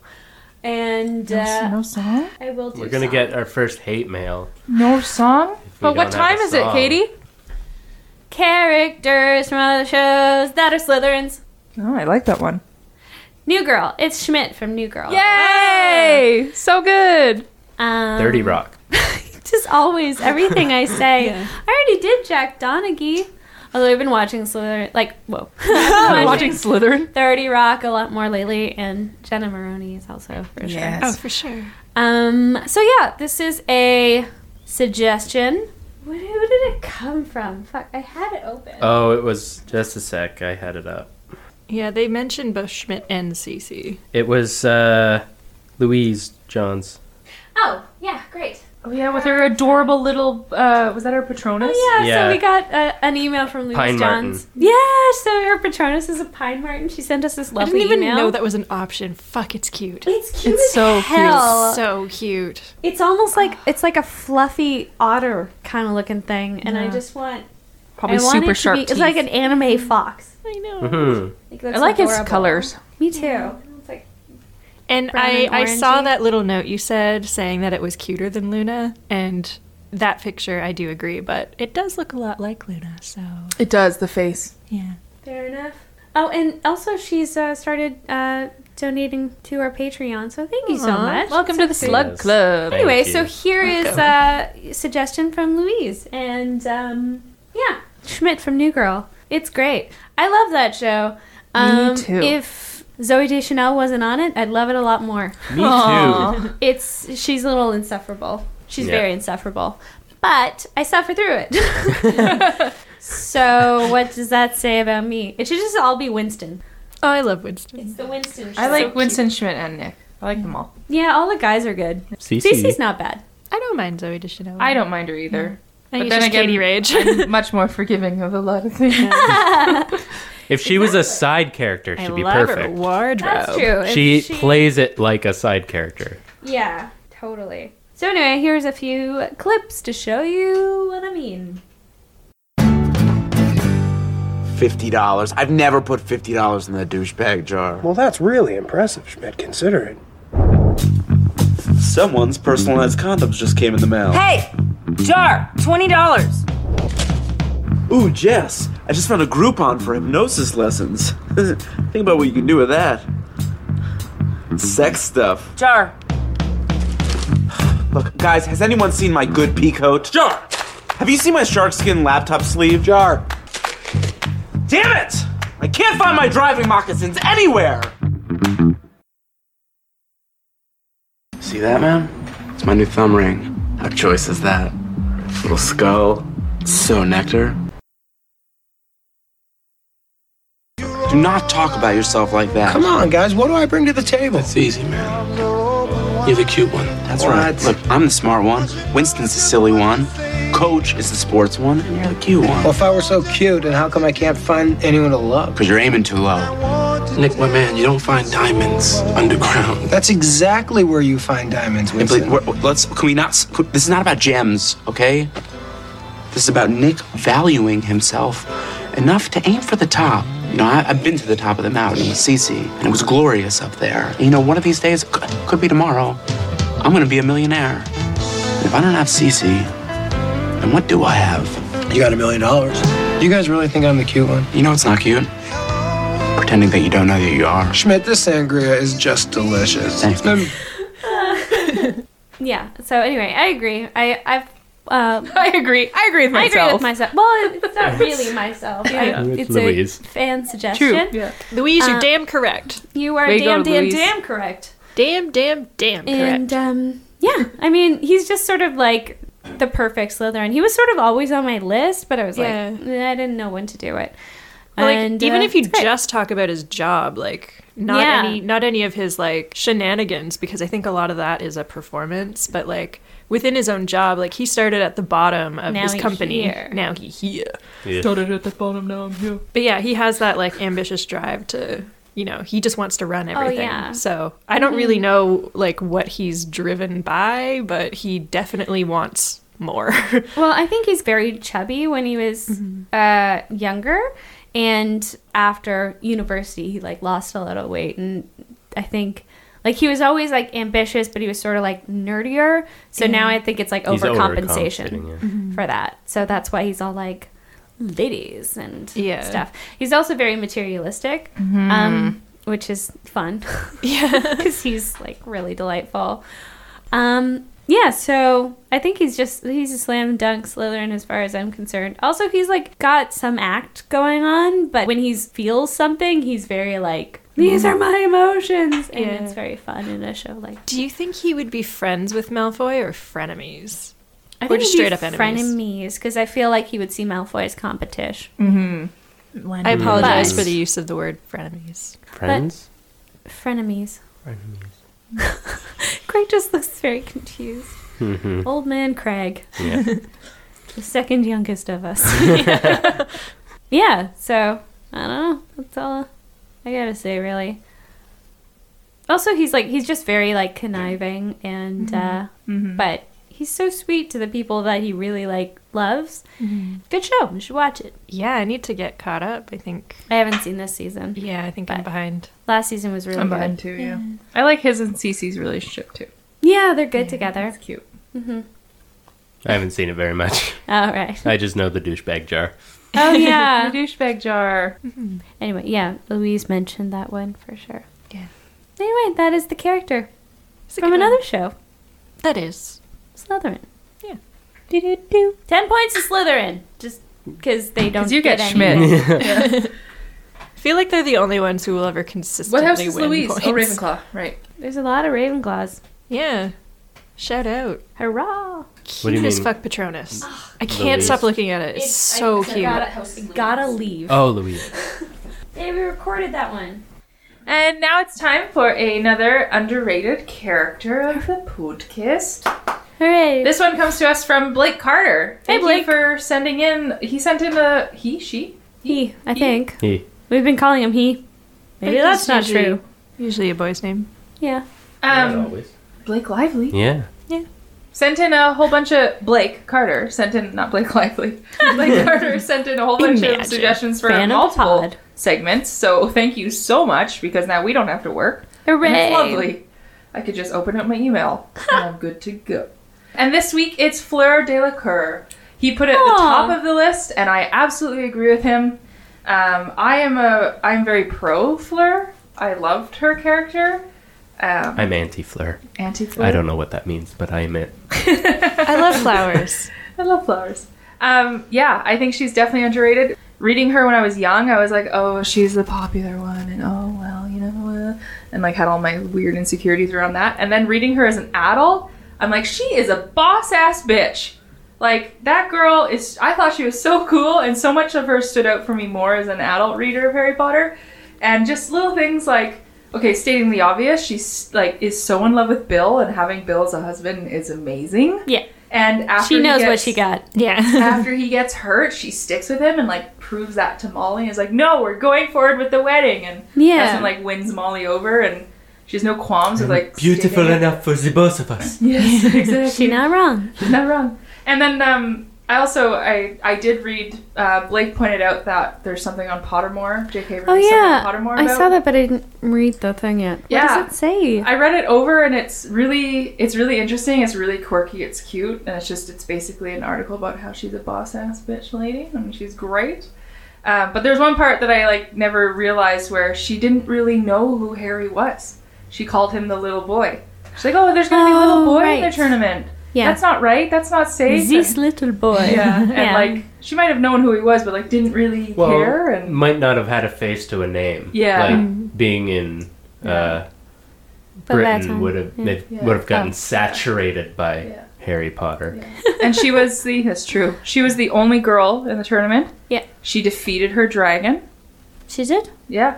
And uh, No song? I will do We're gonna some. get our first hate mail. No song? if we But what don't have time a is it, song. Katie? characters from other shows that are Slytherins. Oh, I like that one. New Girl. It's Schmidt from New Girl. Ah. Yay! So good. Um, Dirty Rock. Just always everything I say. Yeah. I already did Jack Donaghy. Although I've been watching Slytherin, like whoa, I've been watching Slytherin. Thirty Rock a lot more lately, and Jenna Maroney is also for sure. Oh, for sure. Um, so yeah, this is a suggestion. Who who did it come from? Fuck, I had it open. Oh, it was just a sec. I had it up. Yeah, they mentioned both Schmidt and Cece. It was uh, Louise Jones. Oh yeah, great. Oh yeah, with her adorable little uh was that her Oh, Patronus? Yeah, Yeah. so we got uh, an email from Louise Pine Johns. Yeah, so her Patronus is a Pine Martin. She sent us this I lovely didn't even email. know that was an option. Fuck, it's cute. It's cute It's as so cute. hell. so cute. It's almost like it's like a fluffy otter kind of looking thing, and I just want Probably I want it to super sharp be- teeth. It's like an anime fox. I know. Hmm. I like his colors. Me too. It's like And Brown I, and I saw orangey. that little note you said saying that it was cuter than Luna, and that picture I do agree, but it does look a lot like Luna. So It does, the face. yeah, fair enough. Oh, and also she's uh, started uh, donating to our Patreon, so thank you so Aw, much. Welcome to the So Slug Yes. Club. Thank anyway, you. so here is a suggestion from Louise, and um, yeah, Schmidt from New Girl. It's great. I love that show. Um, too. If Zoe Deschanel wasn't on it, I'd love it a lot more. Me Aw. too. It's she's a little insufferable. She's Yeah. very insufferable. But I suffer through it. so what does that say about me? It should just all be Winston. Oh, I love Winston. It's the Winston. I show. like Winston Schmidt and Nick. I like them all. Yeah, all the guys are good. Cece's Cece. not bad. I don't mind Zoe Deschanel. I don't mind her either. I but think then it's just again- Katie Rage. Mm. I'm much more forgiving of a lot of things. If she was a side character, I she'd be love her perfect. wardrobe. That's true. If She, plays it like a side character. Yeah, totally. So anyway, here's a few clips to show you what I mean. $50. I've never put $50 in the douchebag jar. Well, that's really impressive, Schmidt. Consider it. Someone's personalized condoms just came in the mail. Hey, jar, twenty dollars. Ooh, Jess, I just found a Groupon for hypnosis lessons. Think about what you can do with that. Sex stuff. Jar, Look, guys, has anyone seen my good pea coat? Jar! Have you seen my shark skin laptop sleeve? Jar! Damn it! I can't find my driving moccasins anywhere! See that, man? It's my new thumb ring. How choice is that? Little skull. So nectar. Do not talk about yourself like that. Come on, guys. What do I bring to the table? That's easy, man. You're the cute one. That's right. Look, I'm the smart one. Winston's the silly one. Coach is the sports one, and you're the cute Well, one. if I were so cute, then how come I can't find anyone to love? Because you're aiming too low. Nick, my man, you don't find diamonds underground. That's exactly where you find diamonds, Hey, Blake, Winston. we're- let's. Can we not? s- could- This is not about gems, okay? This is about Nick valuing himself enough to aim for the top. You know, I, I've been to the top of the mountain with Cece, and it was glorious up there. And you know, one of these days, could, could be tomorrow, I'm gonna be a millionaire. And if I don't have Cece, then what do I have? You got a million dollars. You guys really think I'm the cute one? You know it's not cute. Pretending that you don't know that you are. Schmidt, this sangria is just delicious. Thanks. Mm. Yeah. So anyway, I agree. I I've um, I agree. I agree with I myself. agree with myself. Well, it's not really myself. I, With it's Louise. a fan suggestion. Yeah. Louise, Uh, you're damn correct. You are Way to go, damn, damn, Louise. damn correct. Damn, damn, damn And um, yeah, I mean, he's just sort of like the perfect Slytherin. He was sort of always on my list, but I was Yeah. like, eh, I didn't know when to do it. like And, even uh, if you it's great. just talk about his job, like not Yeah. any not any of his like shenanigans, because I think a lot of that is a performance. But like within his own job, like he started at the bottom of Now his he company. here. Now he here. Started at the bottom, now I'm here. But yeah, he has that like ambitious drive to you know he just wants to run everything. yeah. So I don't really know like what he's driven by, but he definitely wants more. Well, I think he's very chubby when he was Mm-hmm. uh, younger, and after university, he like lost a little weight, and I think like he was always like ambitious, but he was sort of like nerdier. So Mm-hmm. now I think it's like He's overcompensation overcompensating, for that. So that's why he's all like ladies and Yeah. Mm-hmm. stuff. He's also very materialistic, um, which is fun. yeah, because he's like really delightful. Um, yeah, so I think he's just he's a slam dunk Slytherin as far as I'm concerned. Also, he's like got some act going on, but when he feels something, he's very like these are my emotions, and it's very fun in a show like. Do you think he would be friends with Malfoy or frenemies? I Or just straight up enemies. frenemies because I feel like he would see Malfoy as competition. I apologize But- for the use of the word frenemies. Friends? Frenemies. Craig just looks very confused. Old man Craig. Yeah. the second youngest of us. yeah, so I don't know. That's all I gotta say, really. Also, he's like he's just very like conniving Mm-hmm. and uh but he's so sweet to the people that he really like loves. Mm-hmm. Good show. You should watch it. Yeah, I need to get caught up. I think. I haven't seen this season. Yeah, I think I'm But- behind. Last season was really I'm good. behind too, yeah. I like his and Cece's relationship too. Yeah, they're good together. It's cute. I haven't seen it very much. All right. I just know the douchebag jar. Oh yeah. Mm-hmm. The douchebag jar. Anyway, yeah, Louise mentioned that one for sure. Yeah. Anyway, that is the character from good another show, That is. Slytherin. Yeah. Do-do-do. Ten points to Slytherin, just because they don't. Because you get any. Schmidt. I feel like they're the only ones who will ever consistently What house is win Louise? points. Oh, Ravenclaw. Right. There's a lot of Ravenclaws. Yeah. Shout out. Hurrah. Cute do you as mean? fuck Patronus. I can't Louise. stop looking at it. It's, so cute. Gotta, gotta leave. Oh, Louise. Hey, we recorded that one. And now it's time for another underrated character of the podcast. Hooray. This one comes to us from Blake Carter. Thank Blake. you for sending in. He sent in a he, she. he, I think. He. We've been calling him he. Maybe Like, that's it's not usually- true. Usually a boy's name. Yeah. Um, Blake Lively Yeah. sent in a whole bunch of Blake Carter sent in not Blake Lively. Blake Carter sent in a whole bunch Imagine. of suggestions for Fan of the multiple pod. segments. So thank you so much because now we don't have to work. Hooray. And It's lovely. I could just open up my email and I'm good to go. And this week it's Fleur Delacour. He put it at Aw. the top of the list, and I absolutely agree with him. Um, I am a I'm very pro Fleur. I loved her character. Um, I'm anti Fleur. anti Fleur. I don't know what that means, but I am it. I love flowers. I love flowers. Um, yeah, I think she's definitely underrated. Reading her when I was young, I was like, oh, she's the popular one, and oh, well, you know, uh, and like had all my weird insecurities around that. And then reading her as an adult, I'm like, she is a boss ass bitch. Like, that girl is, I thought she was so cool, and so much of her stood out for me more as an adult reader of Harry Potter. And just little things like, okay, stating the obvious, she's like, is so in love with Bill, and having Bill as a husband is amazing. Yeah. And after She he knows what gets- she got. Yeah. after he gets hurt, she sticks with him and like proves that to Molly. And is like, no, we're going forward with the wedding, and Yeah. that's when like wins Molly over, and she has no qualms with like Beautiful sticking it. enough for the both of us. Yes, exactly. She's not wrong. not wrong. And then um, I also I I did read uh, Blake pointed out that there's something on Pottermore. J.K. Oh released yeah, something on Pottermore. I about. saw that, but I didn't read the thing yet. What Yeah. does it say? I read it over and it's really it's really interesting, it's really quirky, it's cute, and it's just it's basically an article about how she's a boss ass bitch lady and she's great. Um, but there's one part that I like never realized where she didn't really know who Harry was. She called him the little boy. She's like, Oh, there's gonna be a little Oh, boy in right. the tournament. Yeah. That's not right, that's not safe. this And- little boy. yeah. And like she might have known who he was, but like didn't really Well, care and might not have had a face to a name. Yeah. Like being in uh, by Mm-hmm. that Britain time, would have yeah. they Yeah. would have gotten Oh. saturated by Yeah. Harry Potter. and she was the that's true. She was the only girl in the tournament. Yeah. She defeated her dragon. she did, Yeah.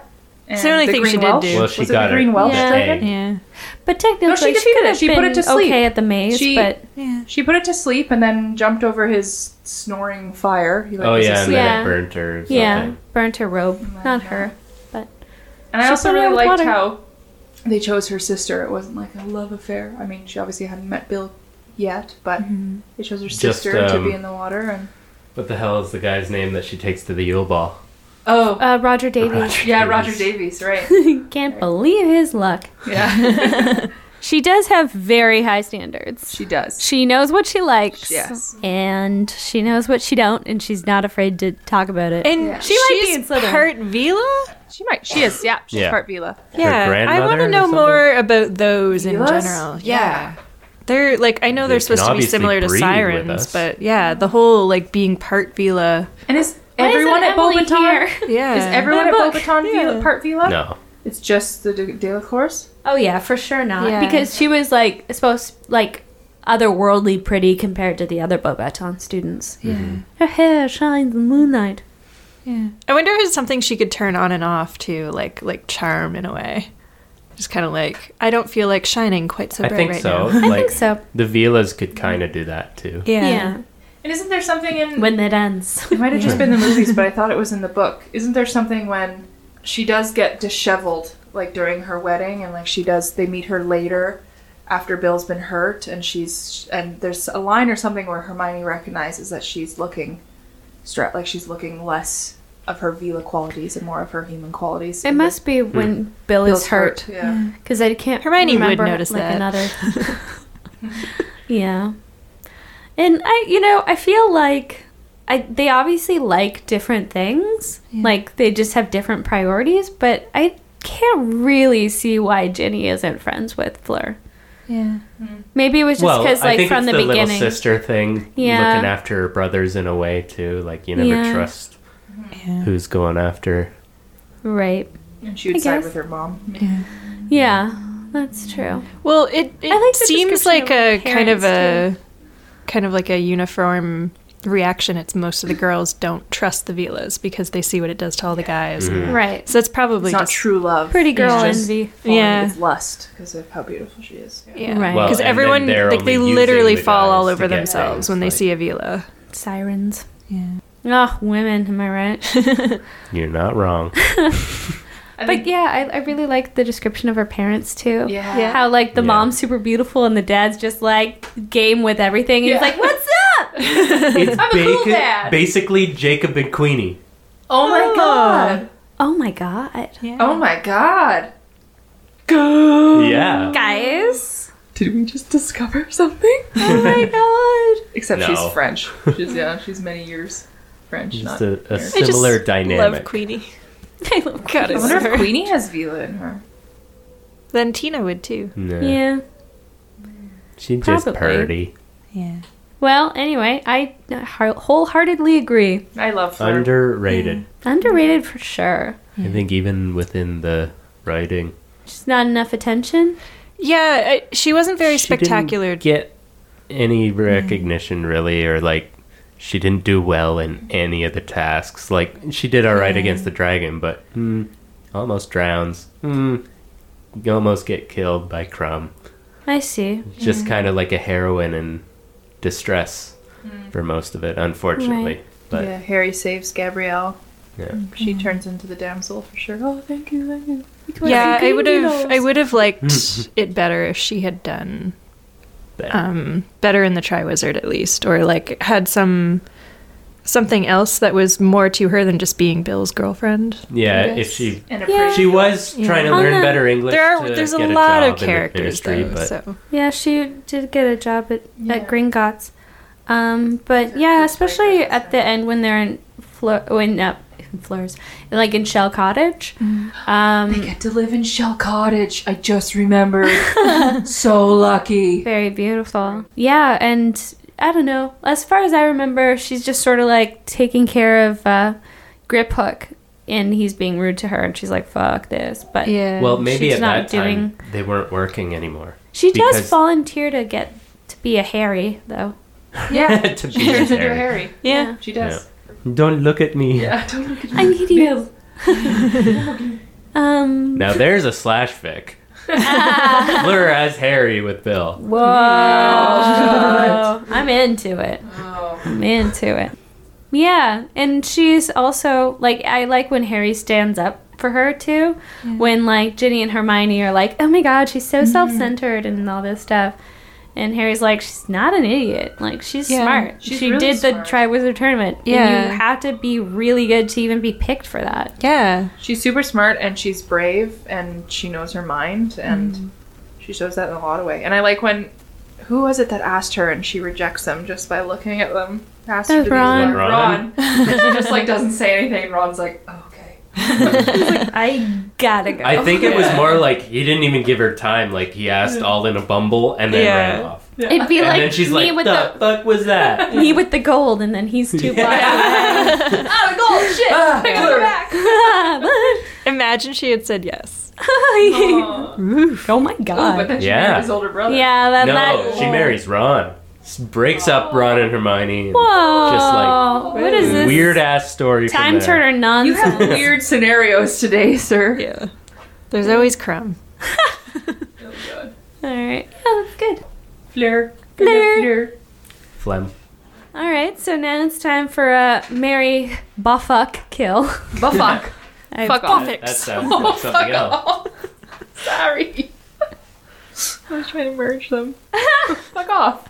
And It's the only thing she did Welsh. do. Well, she was it got the her Green Welsh Yeah. dragon? yeah. but technically defeated could it. have She put been it to sleep. Okay, at the maze, She- but Yeah. She put it to sleep and then jumped over his snoring fire. He, like, Oh was yeah, and asleep. then Yeah. it burnt her. Or something. yeah, burnt her Oh robe. Not her. And I She also put it really with liked water. how they chose her sister. It wasn't like a love affair. I mean, she obviously hadn't met Bill yet, but Mm-hmm. they chose her Just, sister to be um, in the water. And What the hell is the guy's name that she takes to the Yule Ball? oh, Uh, Roger Davies. Roger yeah, Davies. Roger Davies, right? Can't believe his luck. Yeah, She does have very high standards. she does. She knows what she likes, Yes. and she knows what she don't, and she's not afraid to talk about it. And Yeah. she might might be she's in Slytherin. part Vila. She might. She is. Yeah, she's Yeah. part Vila. Yeah, I grandmother want to or know something? more about those in Vilas? general. Yeah. They're like I know They they're supposed can to be obviously similar to breed with sirens, us. but yeah, the whole like being part Vila. And is Why isn't everyone at Emily Bobaton? here? Yeah, Is everyone My at book. Bobaton Vila, Yeah. part Vila? No. It's just the De- De La Course? Oh yeah, for sure not. Yeah. Because she was like supposed like otherworldly pretty compared to the other Bobaton students. Yeah. Her hair shines in moonlight. Yeah. I wonder if it's something she could turn on and off too, like like charm in a way. Just kind of like I don't feel like shining quite so I bright think right so. now. I think so. The Vilas could kind of do that too. Yeah. And isn't there something in When that ends. it might have just been the movies, but I thought it was in the book. Isn't there something when she does get disheveled, like during her wedding, and like she does, they meet her later after Bill's been hurt, and she's and there's a line or something where Hermione recognizes that she's looking, stra- like she's looking less of her Vila qualities and more of her human qualities. It must be when Bill is Bill's hurt Yeah. because I can't. Hermione would remember, notice like, that. Another. yeah, and I, you know, I feel like I they obviously like different things. Like they just have different priorities, but I can't really see why Ginny isn't friends with Fleur. Yeah. Maybe it was just well, because, I like, think from it's the, little beginning. sister thing, Yeah. looking after her brothers in a way too. Like you never Yeah. trust Yeah. who's going after Right. And she would I side guess. with her mom. Yeah, that's true. Well, it, it like the seems description like of a kind of a parents, kind of like a uniform reaction. It's most of the girls don't trust the Vilas because they see what it does to all the guys. Mm-hmm. Mhm. Right. So it's probably It's not just- true love. Pretty It's girl just envy. falling Yeah. with lust because of how beautiful she is. Yeah. Right. Well, Because and then everyone they're like they only using literally the fall all guys to over get themselves things, when they like- see a Vila. Sirens. Yeah. Oh, women, am I right? You're not wrong. but yeah, I, I really like the description of her parents too. Mm. Yeah. Yeah. How like the mom's super beautiful and the dad's just like game with everything. And he's Yeah. like, what's up? It's I'm a cool bacon- dad. basically Jacob and Queenie. Oh my god. Oh my god. Yeah. Oh my god. Yeah. Guys. Did we just discover something? Oh my god. Except No. she's French. She's yeah, she's many years French. Just not a, a American. similar Love dynamic. Queenie. I love God, I I wonder if swear. Queenie has Vila in her. Then Tina would too. No, Yeah. She's just probably. purdy. Yeah. Well, anyway, I uh, har- wholeheartedly agree. I love her. Underrated. Underrated for sure. I think even within the writing. Just not enough attention. Yeah, I, she wasn't very She didn't spectacular. get any recognition really, or like she didn't do well in any of the tasks. Like she did all right against the dragon, but hmm, almost drowns. Hmm, you almost get killed by Crumb. I see. Just kind of like a heroine in distress for most of it, unfortunately. Right. But yeah, Mm. Harry saves Gabrielle. Yeah. She turns into the damsel for sure. Uh, Oh, thank you, thank you. yeah, I would have I would have Hmm. liked it better if she had done Better. um better in the Triwizard at least or like had some something else that was more to her than just being Bill's girlfriend. yeah, I if guess. she And a Yeah. pretty she was trying to On learn the- better English. There are to there's a uh, get lot job of in the characters ministry, though, but so Yeah, she did get a job at, Yeah. at Gringotts. Um, but yeah, especially at the end when they're in Fleur, when uh, in Fleurs, like in Shell Cottage. Mm. They Um, get to live in Shell Cottage. I just remembered. so lucky. very beautiful. Yeah, and I don't know. As far as I remember, she's just sort of like taking care of uh, Grip Hook, and he's being rude to her, and she's like, "Fuck this." But yeah. Well, maybe she's at that not time doing- they weren't working anymore. she does Because- volunteer to get to be a Harry, though. Yeah. to be She turns into a Harry. Harry. Yeah. She does. Don't look at me. Yeah. Don't look at I need you. um. Now there's a slash fic. Blur as Harry with Bill. Whoa. I'm into it. Oh. I'm into it. Yeah, and she's also like I like when Harry stands up for her too. When like Ginny and Hermione are like, "Oh my god, she's so Mm-hmm. self-centered and all this stuff." And Harry's like, "She's not an idiot. Like she's Yeah, smart. she's she really did smart." the Triwizard tournament. and you Yeah. have to be really good to even be picked for that." yeah. She's super smart and she's brave and she knows her mind and she shows that in a lot of ways. And I like when who was it that asked her and she rejects them just by looking at them? Asked her That to be- Ron. Ron. Ron. she just like doesn't say anything. and Ron's like, oh, okay. I gotta go. Oh, I think it was more like he didn't even give her time. Like he asked all in a bumble and then Yeah. ran off. It'd be And like then she's me like, with "The fuck was that?" the me with the gold, and then he's too blind. Out of Oh, gold, shit. Pick her back. Imagine she had said yes. oh my Ooh, but god. then she Yeah. married his older brother. yeah, that, No, that she marries Ron. S- Breaks up Ron and Hermione. and Whoa. Just like what is this weird ass story. from time there. turner You nonsense? have weird scenarios today, sir. Yeah. There's always crumb. Oh, All right, yeah, that's good. Flair. Flair. Phlegm. All right, so now it's time for a Mary Buffuck kill. But fuck. I- Fuck off. That sounds Oh, like something else. Sorry. I was trying to merge them. fuck off.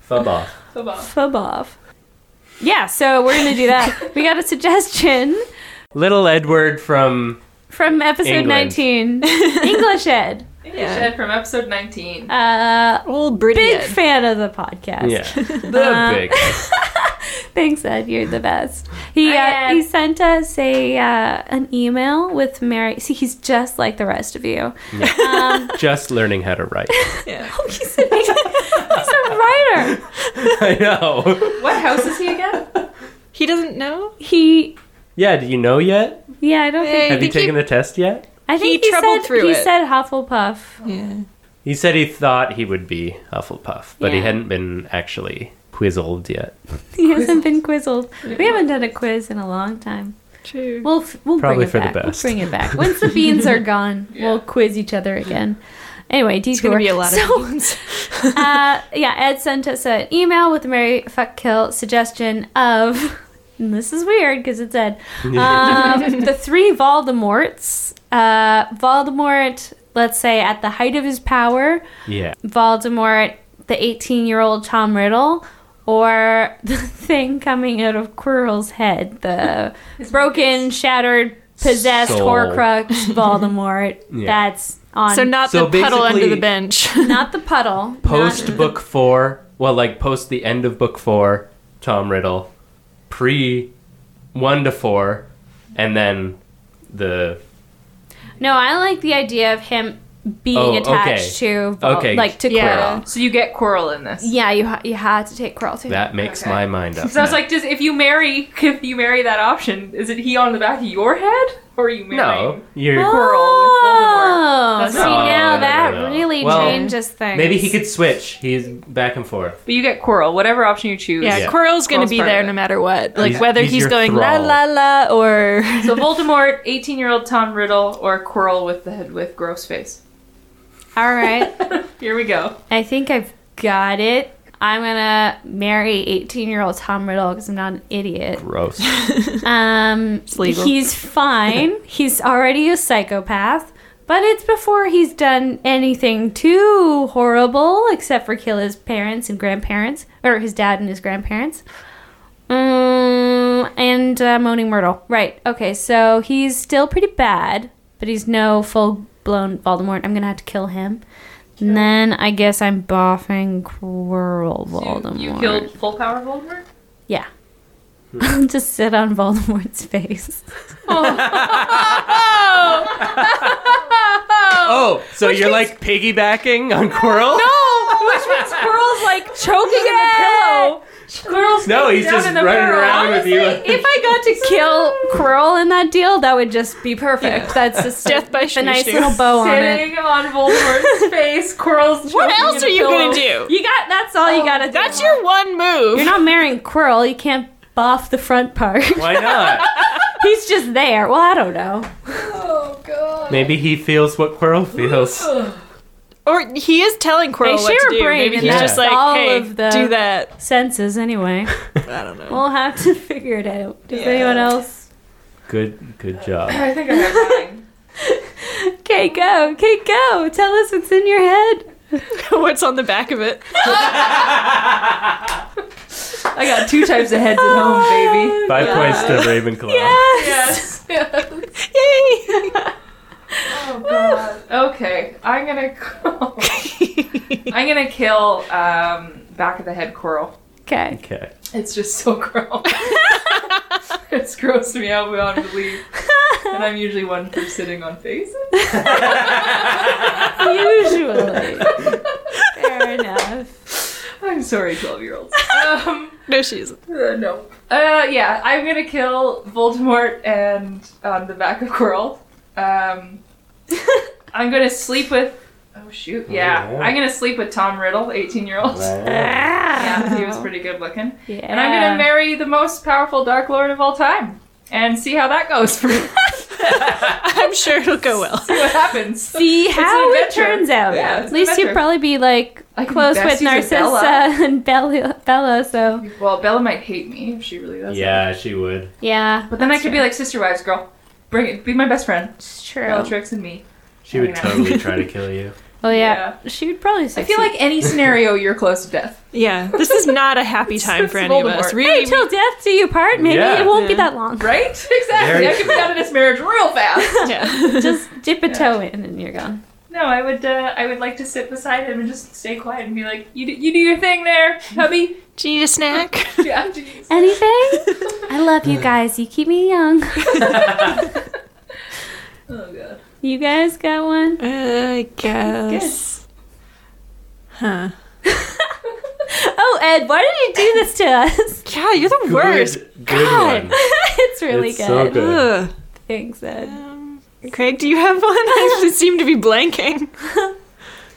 Fub off. Fuck off. Fob off. Yeah, so we're gonna do that. we got a suggestion Little Edward from from episode England. 19, English Ed. Shed from episode 19. Uh, Old Britney. big fan of the podcast. yeah the big Thanks, Ed. You're the best. He Hi, uh, Ed. he sent us a uh, an email with Mary. See, he's just like the rest of you. just learning how to write. Oh, he's a, he's a writer. I know. What house is he again? He doesn't know? He Yeah, do you know yet? Yeah, I don't think. Have you taken the test yet? I think He he, troubled said, through he it. said Hufflepuff. Yeah. He said he thought he would be Hufflepuff, but he Yeah. hadn't been actually quizzled yet. He hasn't been quizzled. We haven't done a quiz in a long time. True. We'll f- we'll Probably bring it for the back. best. We'll bring it back. Once the beans are gone, we'll quiz each other again. Anyway, detour. gonna be a lot of beans. uh, yeah, Ed sent us an email with a Mary Fuck Kill suggestion of. And this is weird because it's Ed. Um, the three Voldemorts. Uh, Voldemort, let's say at the height of his power, Yeah. Voldemort, the 18 year old Tom Riddle, or the thing coming out of Quirrell's head, the broken, shattered, possessed, Soul. Horcrux Voldemort. Yeah. That's on. So not So the puddle under the basically- bench. not the puddle. Post not- book four, well, like post the end of book four, Tom Riddle, pre one to four, and then the no, I like the idea of him being Oh, okay. attached to, Vol- Okay. like to Yeah. Quirrell. So you get Quirrell in this. Yeah, you ha- you had to take Quirrell too. that makes Okay. my mind up. So I was like, does if you marry if you marry that option, is it he on the back of your head or are you marrying no, you're Oh, That's- see No, now no, that no, no. really Well, changes things. maybe he could switch. He's back and forth. But you get Quirrell, whatever option you choose. Yeah, Yeah. Quirrell's going to Quirrell's be part there of it. no matter what. Like He's- whether he's he's, your going thrall. la la la or So Voldemort, eighteen-year-old Tom Riddle, or Quirrell with the head with gross face. All right. Here we go. I think I've got it. I'm gonna marry 18 year old Tom Riddle because I'm not an idiot. Gross. Um, legal. he's fine. he's already a psychopath, but it's before he's done anything too horrible, except for kill his parents and grandparents, or his dad and his grandparents. Um, and uh, Moaning Myrtle. Right. Okay. So he's still pretty bad, but he's no full blown Voldemort. I'm gonna have to kill him. And then I guess I'm boffing Quirrell Voldemort. You, you killed full power Voldemort. Yeah. Just sit on Voldemort's face. Oh, so you're like piggybacking on Quirrell? Squirrel's like choking on the pillow. Quirrell's No, he's down just in the running barrel. around with you. If I got to kill Quirrell in that deal, that would just be perfect. That's just Death by a nice snoozing. little bow on it. Sitting on Voldemort's face, Quirrell's. What choking else in are a you going pillow. to do? You got that's all you gotta do. That's your one move. You're not marrying Quirrell, you can't buff the front part. Why not? He's just there. Well, I don't know. Maybe he feels what Quirrell feels. or he is telling Quirrell They what share to a do. brain, Maybe and he's that's just like, all hey, of the- do that. Senses anyway. I don't know. We'll have to figure it out. Does anyone else? Good, good job. I think I got mine. Okay, go. Okay, go. Tell us what's in your head. What's on the back of it? I got two types of heads at Oh, home, baby. Five points to Ravenclaw. Yes. Oh, Okay, I'm gonna. Call... I'm gonna kill um, back of the head Quirrell. Okay. Okay. It's just so gross. it's grossed me out beyond belief. And I'm usually one for sitting on faces. Usually. Fair enough. I'm sorry, 12 year olds. Um, no, she isn't. uh, no. Uh, yeah, I'm gonna kill Voldemort and on the back of Quirrell. Um, I'm gonna sleep with. Oh shoot! Yeah, Oh, yeah. I'm gonna sleep with Tom Riddle, 18 year old. Mm. Yeah, he was pretty good looking. Yeah. And I'm gonna marry the most powerful Dark Lord of all time and see how that goes for me. I'm sure it'll go well. see what happens. see how an it adventure. turns out. Yeah, it's At an least you'd adventure. probably be like I could be close with besties with Narcissa Bella. and Bella, Bella. So Well, Bella might hate me if she really does. Yeah, she would. yeah, But then I could be like sister wives, girl. Bring it. Be my best friend. it's true. Bellatrix and me. She would I don't know. totally try to kill you. Oh yeah. she would probably. I Succeed. feel like any scenario, you're close to death. Yeah, this is not a happy time for it's any of us. Voldemort. Really, hey, till death do you part. Maybe Yeah. it won't be Yeah. that long. Right? Exactly. Very I could be out of this marriage real fast. yeah. Just dip a toe in and you're gone. no, I would. Uh, I would like to sit beside him and just stay quiet and be like, "You, do, you do your thing there, hubby." Do you need a snack? yeah, jeez. Anything? I love you guys. You keep me young. Oh god. You guys got one? I guess. Huh. Oh, Ed, why did you do this to us? Yeah, you're the worst. Good, good one. it's It's really It's good. so good. Ugh. Thanks, Ed. Craig, do you have one? I just seem to be blanking.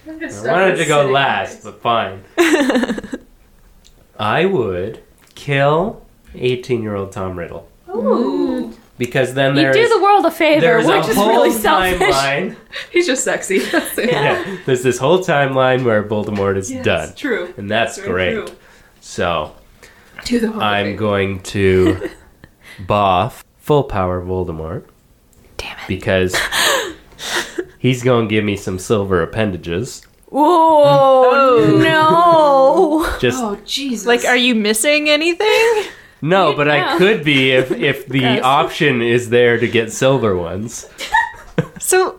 I wanted to go last, but fine. I would kill 18 year old Tom Riddle. Ooh. Because then You there's. do the world a favor, there's a which is whole really selfish. timeline. He's just sexy. That's it. yeah, there's this whole timeline where Voldemort is Yes, done. true. And that's Very great. true. So Do the whole I'm going to boff full power Voldemort. Damn it. Because he's going to give me some silver appendages. Whoa! No. Just- oh Jesus! Like, are you missing anything? No, but I know. could be if if the option is there to get silver ones. So,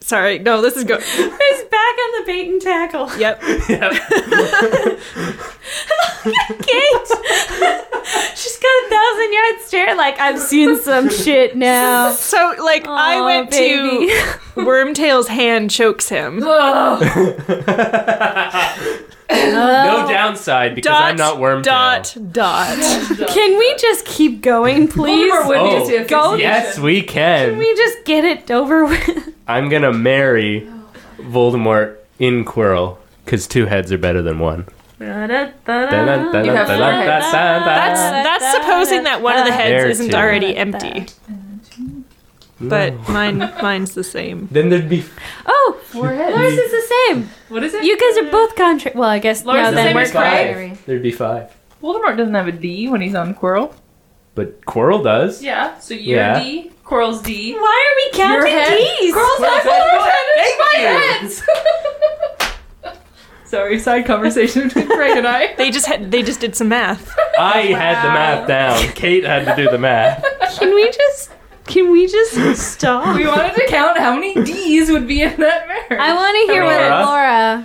sorry. No, this is go. He's back on the bait and tackle. Yep. Kate! She's got a thousand yard stare like I've seen some shit now. So like I Aw, went baby. to Wormtail's hand chokes him. no downside because I'm not Wormtail. Dot dot. Can we just keep going, please? Oh, Go- yes, we can. Can we just get it over with? I'm gonna marry Voldemort in Quirrell because two heads are better than one. You have four heads. That's That's that's supposing that one of the heads There isn't too. already empty. But mine mine's the same. Then there'd be Oh, Lars is the same. What is it? Uh, You guys are both contra. Well, I guess Lars no, is the Oh, then same we're as Craig? contrary. there'd be five, Voldemort doesn't have a D when he's on Quirrell. but Quirrell does. Yeah, so you're Yeah. D, Quirrell's D. Why are we Your counting head- D's? Quirrell's not Voldemort's head, it's my Thank heads! Sorry, side conversation between Craig and I. They just had they just did some math. I had the math down. Kate had to do the math. Can we just? Can we just stop? We wanted to count how many D's would be in that marriage. I want to hear Laura?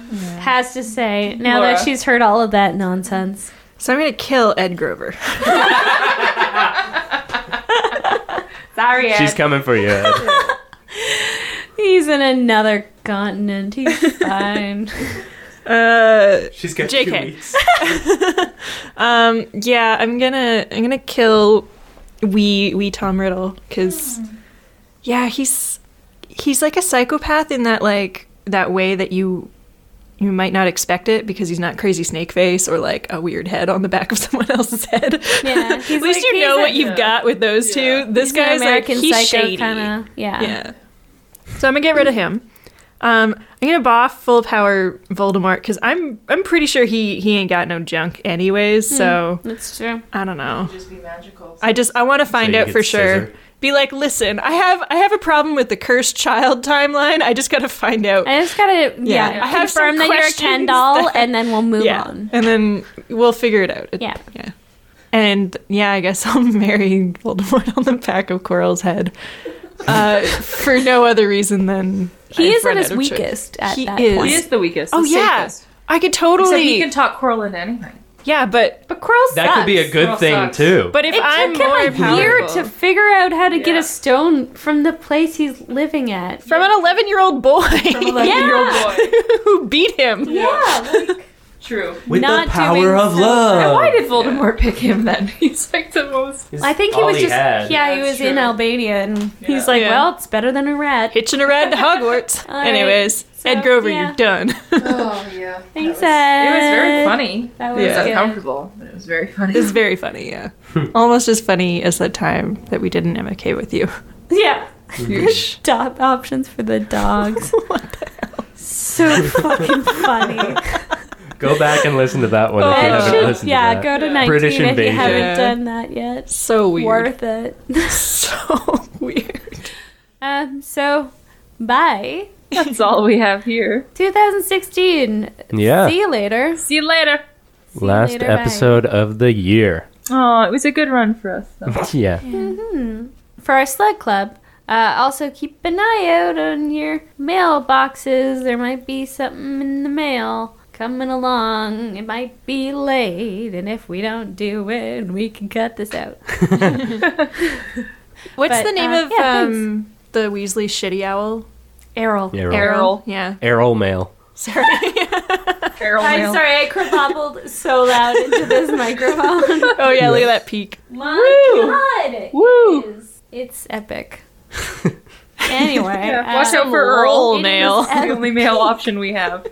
what Laura has to say now Laura. that she's heard all of that nonsense. So I'm gonna kill Ed Grover. Sorry, Ed. She's coming for you. Ed. He's in another continent. He's fine. Uh, She's got two JK. um, yeah, I'm gonna I'm gonna kill wee wee Tom Riddle because Hmm. yeah, he's he's like a psychopath in that like that way that you you might not expect it because he's not crazy snake face or like a weird head on the back of someone else's head. Yeah, At least you know what you've got with those two. This guy's American like he's Psycho shady. kinda- yeah. Yeah. So I'm gonna get rid of him. Um, I'm gonna boff full power Voldemort because I'm I'm pretty sure he he ain't got no junk anyways. Hmm. So that's true. I don't know. Just be magical. I just I want to find you out get for the sure. scissor? Be like, listen, I have I have a problem with the cursed child timeline. I just gotta find out. I just gotta yeah, I have some confirm that you're a questions Ken doll, that- and then we'll move yeah, on. and then we'll figure it out. It- Yeah. yeah. And yeah, I guess I'll marry Voldemort on the back of Quirrell's head. Uh, for no other reason than He I've is at run his out of choice. weakest at he that is. point. He is the weakest. Oh the yeah, safest. I could Except totally. he can talk Quirrell into anything. yeah, but but Quirrell That could be a good thing too. But if it I'm took him more a year powerful- to figure out how to get a stone from the place he's living at. from an 11 year old boy yeah, who beat him. yeah, like, True. With not the power doing of so- And why love. did Voldemort pick him then? He's like the most. I think he all was he just had. yeah, he That's was in true. Albania, and he's like, Yeah. well, it's better than a rat. Hitching a ride to Hogwarts. All right, Anyways, Ed Grover, yeah. you're done. Oh yeah. Thanks, It Ed. was very funny. That was It was Yeah. uncomfortable, but it was very funny. it's very funny, yeah. Almost as funny as that time that we did an MK with you. good. Yeah. Yeesh. Dog options for the dogs. So fucking funny. Go back and listen to that one. Oh, if you I haven't should- listened yeah, to that. go to 19 British if you invasion. haven't Yeah. done that yet. so weird. Worth it. so weird. Um, so, bye. That's all we have here. 2016. Yeah. See you later. See you later. you Ah. Last later, bye. episode of the year. Oh, it was a good run for us. Though. yeah. Mm-hmm. For our sled club, uh, also keep an eye out on your mailboxes. There might be something in the mail coming along. It might be late, and if we don't do it, we can cut this out. What's But, the name uh, of yeah, um, the Weasley shitty owl? Errol. Errol. Yeah. Errol Mail. Sorry. Feral I'm male. sorry, I crabbled so loud into this microphone. Oh yeah, look at that peak. My God. Woo! It's epic. anyway, Yeah, watch out um, for Earl. it is the only male option we have.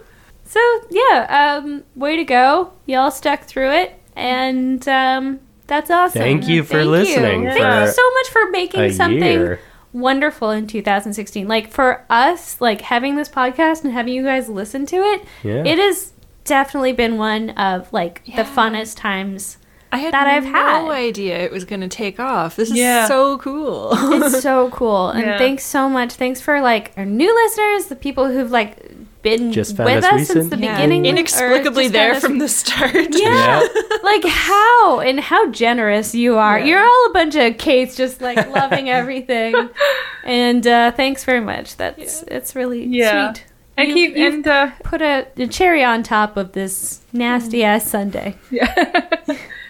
So yeah, um, way to go! Y'all stuck through it, and um, that's awesome. Thank you for Thank listening Thank for you so much for making a something year. wonderful in 2016. Like for us, like having this podcast and having you guys listen to it, Yeah. it has definitely been one of like the funnest times I had that I've no had. idea it was gonna take off. This is Yeah. so cool. it's so cool and Yeah. thanks so much thanks for like our new listeners the people who've like been Just found with us us recent. since the Yeah. beginning or Inexplicably just there found us- from the start. yeah, like how and how generous you are you're all a bunch of kates just like loving everything and uh thanks very much that's it's really Yeah. sweet And You- keep- you've and, uh, put a, a cherry on top of this nasty ass sunday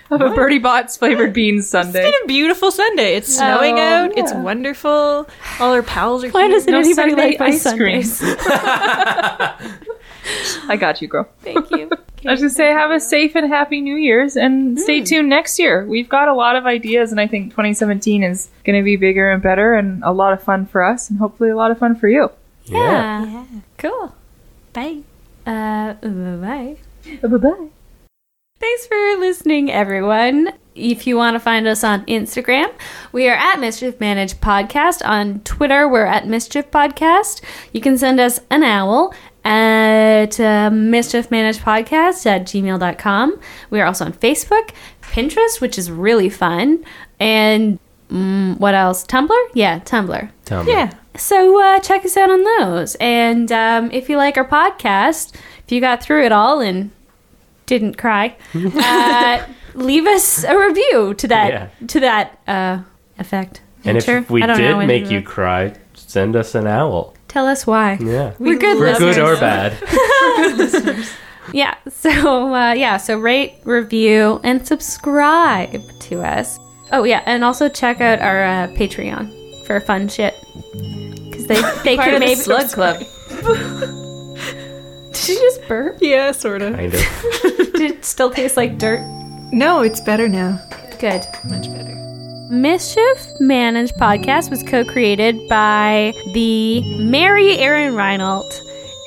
Of a Birdie Bots flavored beans Sunday. It's been a beautiful Sunday. It's snowing out. It's wonderful. All our pals are. Oh, Why here. doesn't anybody like my I got you, girl. Thank you. I was gonna say, have a safe and happy New Year's, and stay tuned next year. We've got a lot of ideas, and I think 2017 is gonna be bigger and better, and a lot of fun for us, and hopefully a lot of fun for you. yeah, cool bye uh bye Bye bye. Thanks for listening, everyone. If you want to find us on Instagram, we are at Mischief Managed Podcast. On Twitter, we're at Mischief Podcast. You can send us an owl at uh, mischiefmanagedpodcast at gmail.com. We are also on Facebook, Pinterest, which is really fun. And mm, what else? Tumblr? Yeah, Tumblr. Tumblr. Yeah. So uh, check us out on those. And um, if you like our podcast, if you got through it all and didn't cry, uh, leave us a review to that Yeah. to that uh, effect. And if Sure? we I don't know did when make to- you cry, send us an owl. tell us why. Yeah. We're good We're good or listeners. bad. Yeah. So uh, yeah. So rate, review, and subscribe to us. Oh yeah, and also check out our uh, Patreon for fun shit. Because they they Part could of the maybe Slug Club. Did you just burp? Yeah, sort of. Kind of. Did it still taste like dirt? No, it's better now. Good. Much better. Mischief Managed podcast was co created by the Mary Erin Reinhold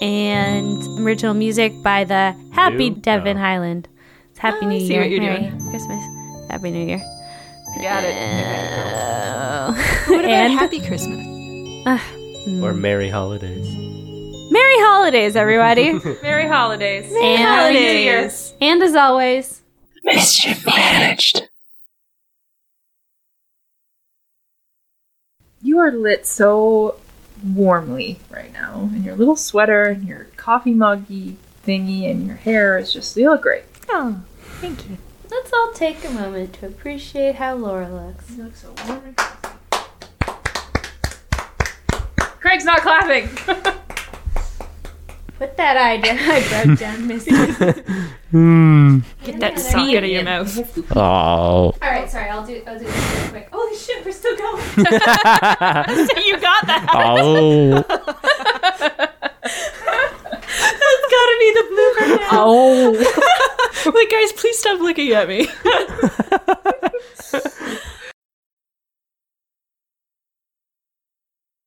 and original music by the Happy You? Devon Highland. It's Happy Oh, I New see Year. what you're Merry doing. Christmas. Happy New Year. Got it. Oh. What about and Happy Christmas? or Merry Holidays. Merry Holidays, everybody. Merry holidays. and, And as always, Mischief managed. You are lit so warmly right now, and your little sweater and your coffee muggy thingy and your hair is just you look great. Oh, thank you. Let's all take a moment to appreciate how Laura looks. You look so warm and Craig's not clapping. Put that idea I broke down, Missy. Hmm. Get that sock out of your mouth. Oh. All right, sorry, I'll do. I'll do this real quick. Holy shit, we're still going. you got that. Oh. That's gotta be the blooper. Oh. like, guys, please stop looking at me.